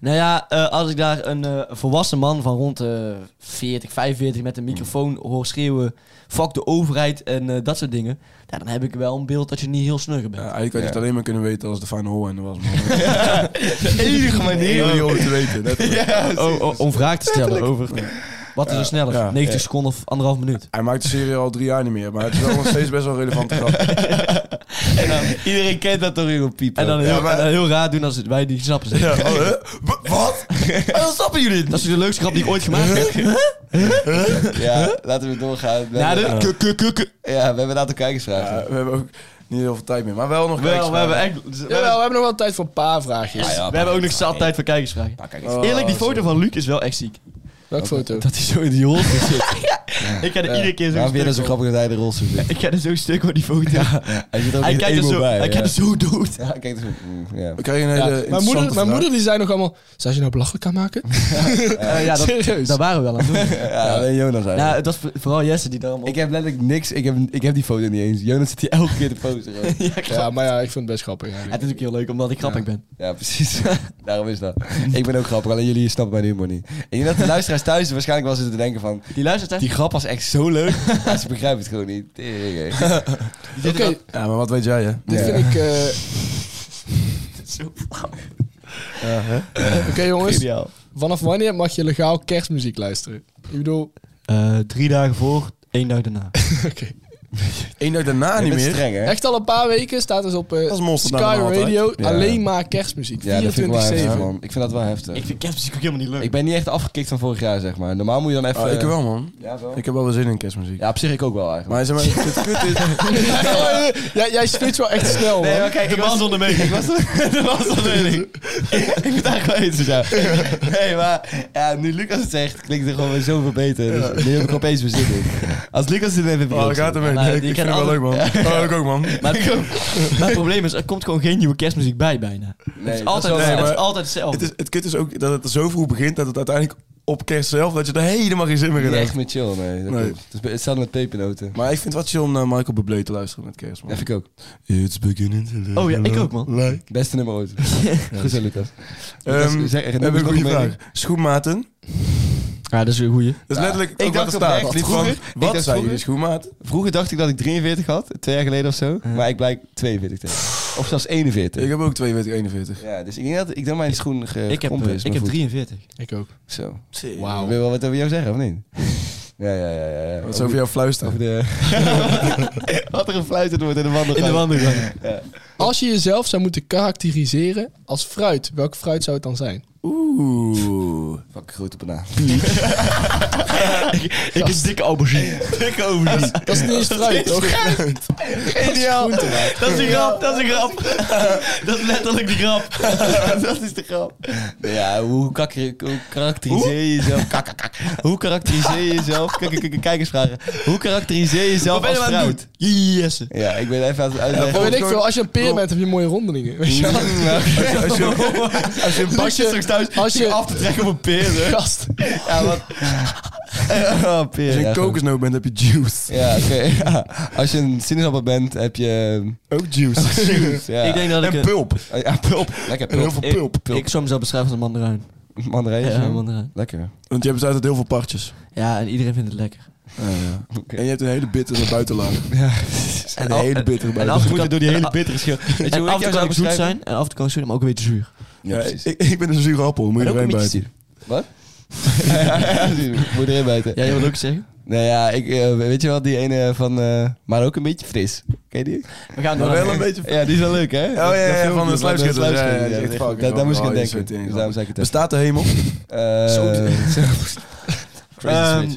Nou ja, eh, als ik daar een eh, volwassen man van rond eh 40, 45 met een microfoon hoor schreeuwen... Fuck de overheid en eh, dat soort dingen. Ja, dan heb ik wel een beeld dat je niet heel snugger Ja, bent. eigenlijk had je het alleen maar kunnen weten als de Van Holwijn er was, man. De enige manier. Heel joh te weten. letterlijk. Oh, oh, om vraag te stellen over... Wat is er sneller? Ja. 90 seconden of anderhalf minuut? Hij maakt de serie al drie jaar niet meer, maar het is wel nog steeds best wel relevant. grap. Iedereen kent dat toch, joh, piep. En dan heel, Ja, maar- en dan heel raar doen als het- wij die snappen. Zeg. Ja, oh, hè? W- Wat? En dan snappen jullie het. Oh, Dat is de leukste grap die ik ooit gemaakt heb. Ja, laten we doorgaan. We Ja, hebben- de- k- k- k- ja, we hebben een aantal kijkersvragen. Ja, Eh, we hebben ook niet heel veel tijd meer, maar wel nog Wel, we hebben echt... we Jawel, hebben- we hebben nog wel tijd voor een paar vraagjes. Ja, ja, We hebben ook nog zat tijd voor kijkersvragen. Ah, Eerlijk, die foto van Luc is wel echt ziek. Welke foto? Dat is zo idioot zit. Ik ga er Ja. iedere keer zo Waarom vind je dat stuk zo om. grappig dat hij de rol zoekt? Ik ga er zo stuk over die Hij foto. zit ook Hij, niet kijkt er eenmaal zo, bij. hij ja. kijkt er zo dood. Ja, hij kijkt er zo- mm, ja. We krijgen een hele Ja, mijn, moeder, eh, interessante mijn vraag. moeder die zei nog allemaal, zou je nou belachelijk aan maken? ja, dat, Serieus? daar waren we wel aan het doen. Ja, alleen Jonas eigenlijk. Nou, het was voor- vooral Jesse die daarom op... ik heb letterlijk niks. Ik heb, ik heb die foto niet eens. Jonas zit hier elke keer te posen. hoor. ja, klopt. Ja, maar ja, ik vind het best grappig Ja, eigenlijk. het is ook heel leuk, omdat ik grappig ben. Ja, precies. Daarom is dat. Ik ben ook grappig, alleen jullie snappen mijn humor niet. Ik denk dat de luisteraars thuis waarschijnlijk wel zitten te denken van... Die luistert, hè? Die grap was echt zo leuk. Maar ze begrijpen het gewoon niet. Tering, hè. Oké, Ja, maar wat weet jij, hè? dit Ja. vind ik... eh, Zo Oké jongens, ideaal. vanaf wanneer mag je legaal kerstmuziek luisteren? Ik bedoel, Eh, drie dagen voor, één dag daarna. oké. Eén dag daarna Je niet bent meer. streng, hè? Echt al een paar weken staat dus op eh, Dat is monster Sky dan nog altijd. Radio Ja. alleen maar kerstmuziek. Ja, dat vind ik wel 24-7. heftig, man. Ik vind dat wel heftig. Ik Ik, vind kerstmuziek ook helemaal niet leuk. ben niet echt afgekikt van vorig jaar, zeg maar. Normaal moet je dan even... Ah, ik wel, man. Ja, wel. Ik heb wel weer zin in kerstmuziek. Ja, op zich ik ook wel, eigenlijk. Maar zeg maar, het kut is... jij, jij switcht wel echt snel, man. kijk, ik was onder Ik was de was Ik moet eigenlijk wel eens zo. Nee, maar ja, nu Lucas het zegt, klinkt het gewoon weer zoveel beter. Dus nu heb ik opeens weer zin in. Als Lucas het even Oh, daar gaat hem mee. Nou, Nee, die ik vind kennen het wel leuk, man. Oh, ik ook, man. Maar mijn probleem is, er komt gewoon geen nieuwe kerstmuziek bij bijna. Nee, het, is altijd, wel- het Nee, is maar- altijd hetzelfde. Het, is, het kut is ook dat het er zo vroeg begint dat het uiteindelijk op kerst zelf, dat je er helemaal geen zin meer in niet hebt. echt met chill, nee. Dat Nee. klopt. Het is be- hetzelfde met pepernoten. Maar ik vind het wat chill om naar Michael Bublé te luisteren met kerst, man. Dat vind ik ook. It's beginning to look Oh ja, ik ook, like- man. Beste nummer ooit. Goed zo, Lucas. Ehm, Lucas, zeg, we noem hebben eens een nog goede mening. vraag. Schoenmaten. Ja, dat is weer een goeie. Dat is letterlijk ook ik wat dacht er staat. oprecht Van, vroeger- ik wat dacht zijn vroeger- jullie schoenmaten? Vroeger dacht ik dat ik 43 had, twee jaar geleden of zo. Maar ik blijk 42 tegen. Of zelfs 41. Ik heb ook 42, 41. ja, dus ik denk dat ik denk mijn schoen ge Ik heb, gekrompen eh, is, ik mijn heb voet. 43. Ik ook. Zo. Wauw. Wil je wel wat over jou zeggen, of niet? ja, ja, ja. ja, ja. Wat is over jou fluisteren? Over de... Wat er gefluisterd wordt in de wandelgang. In de wandelgang. Als je jezelf zou moeten karakteriseren als fruit, welk fruit zou het dan zijn? Oeh. Fuck, grote banaan. Ik is dikke aubergine. Dikke aubergine. Dat is niet eens fruit, toch? Geniaal. Dat is een grap, dat is een grap. Dat is letterlijk de grap. Dat is de grap. Ja, hoe, kakker- hoe karakteriseer je jezelf? Kak, kak, kak. Hoe karakteriseer je jezelf? Kijk, kijk, kijk, kijkersvragen. Hoe karakteriseer je jezelf als fruit? Yes. Ja, ik ben even aan het uitleggen. Maar weet ik veel, als je een peer bent, heb je mooie rondelingen. Weet je wel? Als je, Als je een Als je- bakje straks thuis als je- zit af te trekken op een peren. Gast. Ja, wat... Oh, als peren. je ja, een kokosnoot bent, heb je juice. goed. Ja, oké. ja. Als je een sinaasappel bent, heb je... Ook juice. Juice, ja. Oh, Ik denk dat ik... En eh, pulp. Ja, pulp. Lekker En heel pulp. veel pulp. Ik zou mezelf beschrijven als een mandarijn. Mandarijn. Ja, zo. een mandarijn. Lekker. Want je bestaat uit heel veel partjes. Ja, en iedereen vindt het lekker. En je hebt een hele bittere buitenlaag. En Een al- hele bittere En buitenlaag. af en toe kan- door die en hele a- bittere schil. Weet je en hoe af ik en jou toe kan zou ik zoet beschrijven? zijn, en af en toe kan ik zoet, maar ook een beetje zuur. Ja, precies. ik, ik ben een zure appel, moet je En ook erin een buiten. mietje Wat? Moet erin buiten. Jij wil ook zeggen? Nou ja, ik, eh, weet je wel, die ene van... eh, maar ook een beetje fris. Ken je die? We gaan Maar door. wel een beetje... Ja, die is wel leuk, hè? Oh ja, ja, van de sluipschutters. dus, Ja, ja, die is echt fucking Daar daar moest ik grappig. aan Oh, die denken. is zo Dus daarom zei ik het Eh, Bestaat de hemel? Crazy Ehm, switch.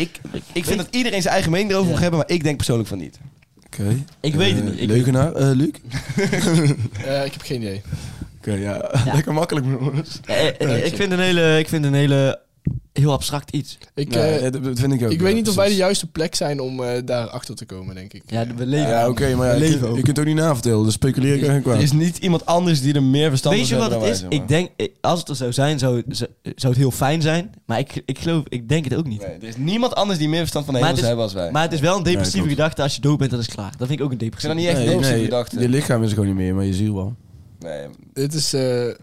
Ik, ik vind dat iedereen zijn eigen mening erover mag hebben, maar ik denk persoonlijk van niet. Oké. Ik weet het Eh, niet. Ik- Leugenaar, eh, Luc? Oké, Eh, ik heb geen idee. ja. Lekker makkelijk, jongens. Eh, eh, eh, ik vind een hele, ik vind een hele heel abstract iets. Ik, Ja, eh, ja, dat dat vind ik ook. ik ja, weet niet of wij de precies. juiste plek zijn om eh, daar achter te komen, denk ik. Ja, we leven. Ja, oké, maar ja, je Leven kunt- ook. je kunt het ook niet navertellen. Dus speculeer ik eigenlijk Er wel. is niet iemand anders die er meer verstand Weet je van wat het heeft is? dan wij, Ik denk, eh, als het er zou zijn, zou, zou zou het heel fijn zijn. Maar ik, ik geloof, ik denk het ook niet. zeg maar. Nee, er is niemand anders die meer verstand van de Maar hemel zou het hebben als wij. Maar het is wel een depressieve klopt. gedachte. Als je dood bent, dat is klaar. Dat vind ik ook een ik vind depressieve dat niet echt Nee, nee, nee, gedachten. Je lichaam is er gewoon niet meer, maar je ziel wel. Nee, Dit is eh,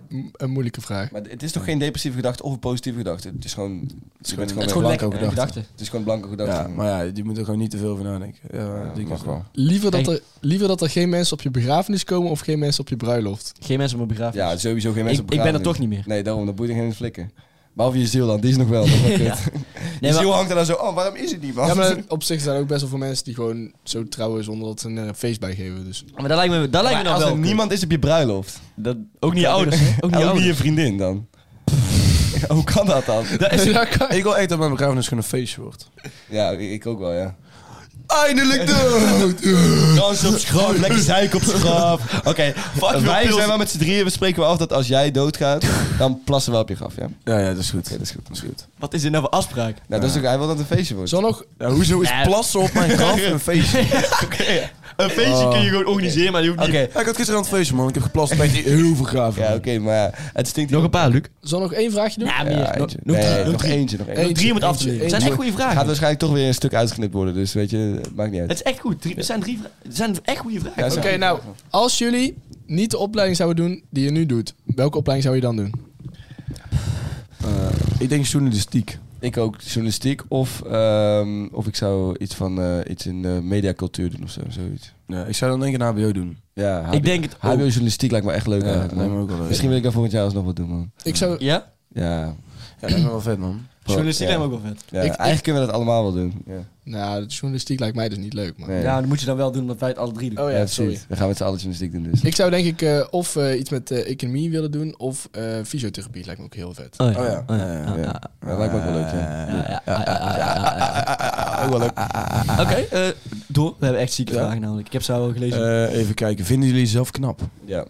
m- een moeilijke vraag. maar het is toch geen depressieve gedachte of een positieve gedachte? Het is gewoon... Het is gewoon, gewoon weer lekker. blanco Ja, gedachte. Het is gewoon blanco gedachte. Ja, maar ja, je moet er gewoon niet te veel van nadenken. Ja, Ja, die mag kant wel. op. Liever dat, Hey. er, liever dat er geen mensen op je begrafenis komen of geen mensen op je bruiloft. Geen mensen op mijn begrafenis. Ja, sowieso geen mensen ik, op ik ben er begrafenis. toch niet meer. Nee, daarom, dat boeit er geen flikken. Behalve je ziel dan, die is nog wel. dat is wel kut. Ja. je Nee, maar- ziel hangt er dan zo, oh, waarom is het niet, man? Ja, maar op zich zijn er ook best wel veel mensen die gewoon zo trouwen zonder dat ze er een eh, feest bij geven. Dus. Maar dat lijkt me, dat lijkt Maar me nou als wel. er kut. niemand is op je bruiloft. dat, ook niet je kan ouders. dus- hè? Ook en niet je ook niet ouders. je vriendin dan. Hoe kan dat dan? Ja, kan- Ik wil echt dat mijn begrafenis gewoon een feestje wordt. Ja, ik ook wel, ja. Eindelijk dood! Dans op schrap, lekker zeik op schrap. Oké, wij zijn wel met z'n drieën, we spreken wel af dat als jij doodgaat, dan plassen we op je graf, ja? Ja, ja, dat is goed. dat is goed. Dat is goed. Wat is dit nou voor afspraak? Nou, dat is ook, hij wil dat het een feestje wordt. Zal nog, Ja, hoezo is Ja. plassen op mijn graf een feestje? Een feestje kun je gewoon organiseren, maar je hoeft Oh. Oké, Ja, ik had gisteren aan het feestje, man. Ik heb geplast. Ik ben heel veel graven. ja, oké, maar het stinkt hier- Nog een paar, Luc. zal nog één vraagje doen? Ja, meer. Ja, nog, eentje. nog Nee, drie, nog nog drie. eentje, nog Nog eentje. drie moet af te Eentje, leren. Het zijn echt eentje. goede Gaat vragen. waarschijnlijk toch weer een stuk uitgeknipt worden, dus weet je, maakt niet uit. Het is echt goed. Drie, het zijn drie vra- het zijn echt goede vragen. Ja, Oké, zo. nou, als jullie niet de opleiding zouden doen die je nu doet, welke opleiding zou je dan doen? Ik denk journalistiek. Ik ook journalistiek of, ehm, of ik zou iets van eh, iets in eh, mediacultuur doen of zo, zoiets. Ja, ik zou dan denk ik een HBO doen. Ja, HBO, Ik denk het HBO ook. journalistiek lijkt me echt leuk. Ja, eigenlijk, man. lijkt me ook wel leuk. Misschien wil ik daar volgend jaar alsnog wat doen man. Ik zou, Ja? Ja. Ja, dat is wel vet, man. Journalistiek ja. lijkt me ook wel vet. Ja, Ik- eigenlijk kunnen we dat allemaal wel doen. Ja. nou, de journalistiek lijkt mij dus niet leuk, man. Nee. Ja, dan moet je dan wel doen omdat wij het alle drie doen. Oh Ja, ja, precies. sorry. We gaan met z'n allen journalistiek doen dus. Ik zou denk ik eh, of eh, iets met eh, economie willen doen of eh, fysiotherapie lijkt me ook heel vet. Oh ja. Oh ja. ja. ja. Ja, dat lijkt me ook wel leuk, ja. Ja, ja, ja, ja, ja, ja. Oké, eh, door. We hebben echt zieke Ja. vragen namelijk. Ik heb ze al gelezen. Eh, even kijken. Vinden jullie zelf knap? Ja.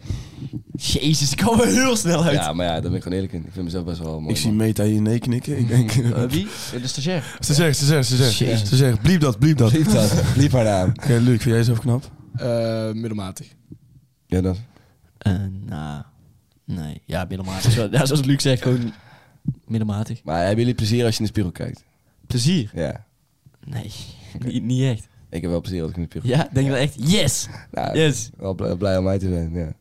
Jezus, ik kwam er heel snel uit. ja, maar ja, daar ben ik gewoon eerlijk in. Ik vind mezelf best wel mooi. ik zie man. Meta hier nee knikken. Ik denk... Eh, wie? Eh, De stagiair. ze zegt, ze zegt, ze zegt. Jezus. Ze zegt, bliep dat, bliep dat. Oké, Liep dat. Liep haar naam. Luc, vind jij zelf knap? Eh, middelmatig. Ja, dat. Eh, nou, nee. Ja, middelmatig. Zo- ja, zoals Luc zegt, gewoon middelmatig. Maar hebben jullie plezier als je in de spiegel kijkt? Plezier? Ja. Nee, niet, niet echt. Ik heb wel plezier als ik in de spiegel Ja, denk je wel echt, yes! Nou, Yes! Wel blij, blij om mij te zijn, ja.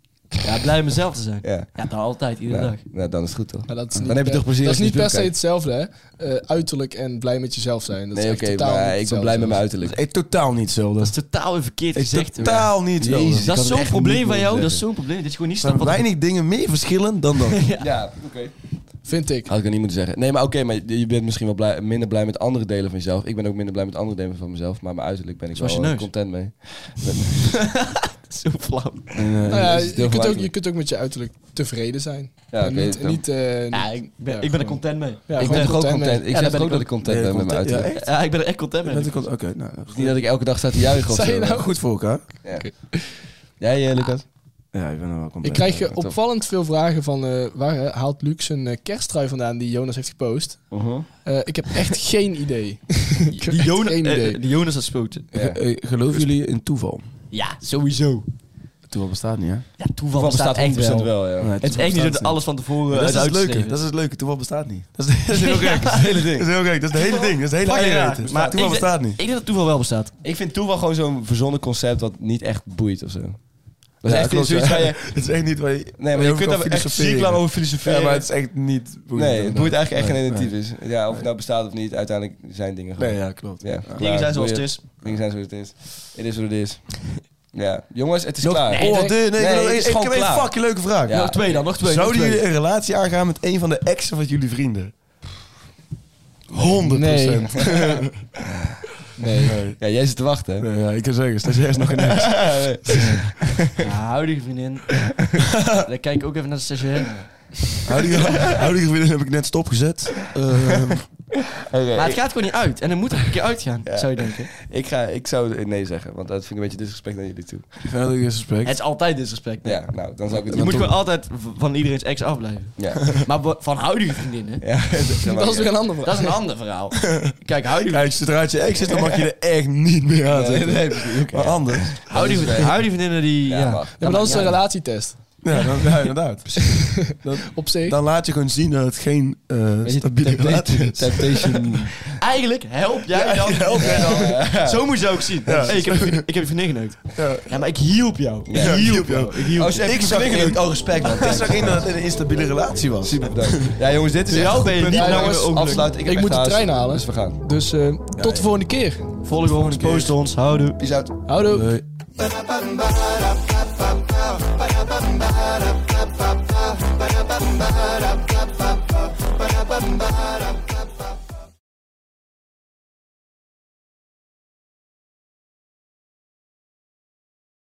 Ja, blij om mezelf te zijn. Ja. Ja, dan altijd, iedere Nou, dag. nou, dan is het goed toch? Maar dat is Dan niet heb je per- toch plezier Dat als is je niet in per het se beeld hetzelfde, hè? Eh, uiterlijk en blij met jezelf zijn. Dat Nee, is oké, echt totaal maar niet ik ben blij met mijn hetzelfde. uiterlijk. Ik totaal niet hetzelfde. Dat is totaal weer verkeerd is gezegd. totaal niet hetzelfde. Jezus. Dat Ik is had het zo'n echt probleem niet van willen dus jou, dat is zeggen. zo'n probleem. Dat je gewoon niet Er zijn snapt wat weinig dingen meer verschillen dan dat. Ja, oké. Vind ik. Had ik er niet moeten zeggen. Nee, maar oké, maar je bent misschien wel blij, minder blij met andere delen van jezelf. Ik ben ook minder blij met andere delen van mezelf, maar mijn uiterlijk ben ik Zoals wel je eh, neus. content mee. zo flauw. eh, Nou ja, dat is heel je, kunt ook, vermakelijk. je kunt ook met je uiterlijk tevreden zijn. Ja, En oké, niet, dan- niet, eh, Ja, niet- ik ben, ja, ik ben er gewoon- content mee. ja, ik gewoon ben er ook mee. content. Ik Ja, zeg daar toch ben ook ik dat ik content ben met mijn content- uiterlijk. ja, echt? Ja, ik ben er echt content mee. Dat ik- Oké, nou, Het is Niet dat ik elke dag sta te juichen of Zei je zo. nou? Goed voor elkaar. Jij, eh, Lucas? Ja, ik ben er wel content. Ik krijg eh, Ja, top. opvallend veel vragen van eh, waar eh, haalt Luc zijn eh, kersttrui vandaan die Jonas heeft gepost. Uh-huh. Eh, ik heb echt geen idee. Ik heb Die, echt Jonas, geen eh, idee. die Jonas had spoten. Ja. Eh, eh, geloven jullie in toeval? Ja, sowieso. Toeval bestaat niet, hè? Ja, toeval Wat bestaat echt wel. ja. Nee, Het is echt niet zo dat bestaat alles van tevoren eh, Maar dat is het uit leuke. Dat is het leuke. Toeval bestaat niet. Dat is, dat is heel gek. Dat is het hele ding. Dat is heel gek. Dat is het hele ding. Dat is het hele Fucking raar. eieren eten. Maar Maar toeval ik- bestaat niet. Ik denk dat toeval wel bestaat. Ik vind toeval gewoon zo'n verzonnen concept wat niet echt boeit of zo. Dat is Ja, echt klopt, zoiets ja. waar je... Het is echt niet waar je... Nee, maar je kunt daar echt ziek lang over filosoferen. Ja, maar het is echt niet... boeiend. Nee, het boeit eigenlijk echt geen Nee, ene tief is. Ja, of het nou bestaat of niet, uiteindelijk zijn dingen Nee, gewoon. ja, klopt. Ja. Dingen zijn zoals het is. Dingen zijn zoals het is. Het is wat het is. Ja. Jongens, het is Nog- klaar. Oh, de, nee, Nee, nee, het is ik gewoon heb een klaar. fucking leuke vraag. Ja. Nog twee dan, nog twee. Zouden nog twee. jullie een relatie aangaan met een van de exen van jullie vrienden? 100 Nee. Ja, jij zit te wachten. hè? Nee, ja, ik kan zeggen, stagiair is nog een ex. Ja, houdige vriendin. Dan kijk ik ook even naar de stagiair. Houdige houdige vriendin heb ik net stopgezet. Eh, Oké, Maar ik- het gaat gewoon niet uit. En dan moet er een keer uitgaan, zou je denken. ik, ga, ik zou nee zeggen, want dat vind ik een beetje disrespect naar jullie toe. verder is gesprek. Het is altijd disrespect. Ja, nou, dan zou ik het Je moet doen. gewoon altijd v- van iedereen's ex afblijven. Ja. Maar bo- van houdige vriendinnen, ja Dat is weer een ander dat vraag. is een ander verhaal. Kijk, houdige, Kijk, zodra het je ex is, dan mag je er echt niet meer aan Nee, zitten. nee, precies. Oké. Maar anders. houdige, dat is vriendinnen, houdige vriendinnen die... Ja, Ja, mag. Ja, maar dat is Ja. een relatietest. Ja, dan, ja inderdaad. Op zich. Dan laat je gewoon zien dat het geen eh stabiele relatie is. Temptation. Eigenlijk help jij dan. help jij dan. Zo moet je ook zien. Hey, ik, heb, je- ik heb je vriendin geneukt. Ja. Ja, maar ik hielp jou. Ja, ik ik hielp hielp jou. jou. Ik hielp Oh, jou. ze heeft me zo in- Oh, respect man. Ik zag in dat het een instabiele relatie was. Super bedankt. Ja jongens, dit is Voor jou ben je niet Ja, langer jongens, ook Afsluiten. Ik heb moet echt de trein haast, halen. Dus we gaan. Dus eh, tot de volgende keer. Volg ons, post ons, houden. Peace out. Houdoe. Nee.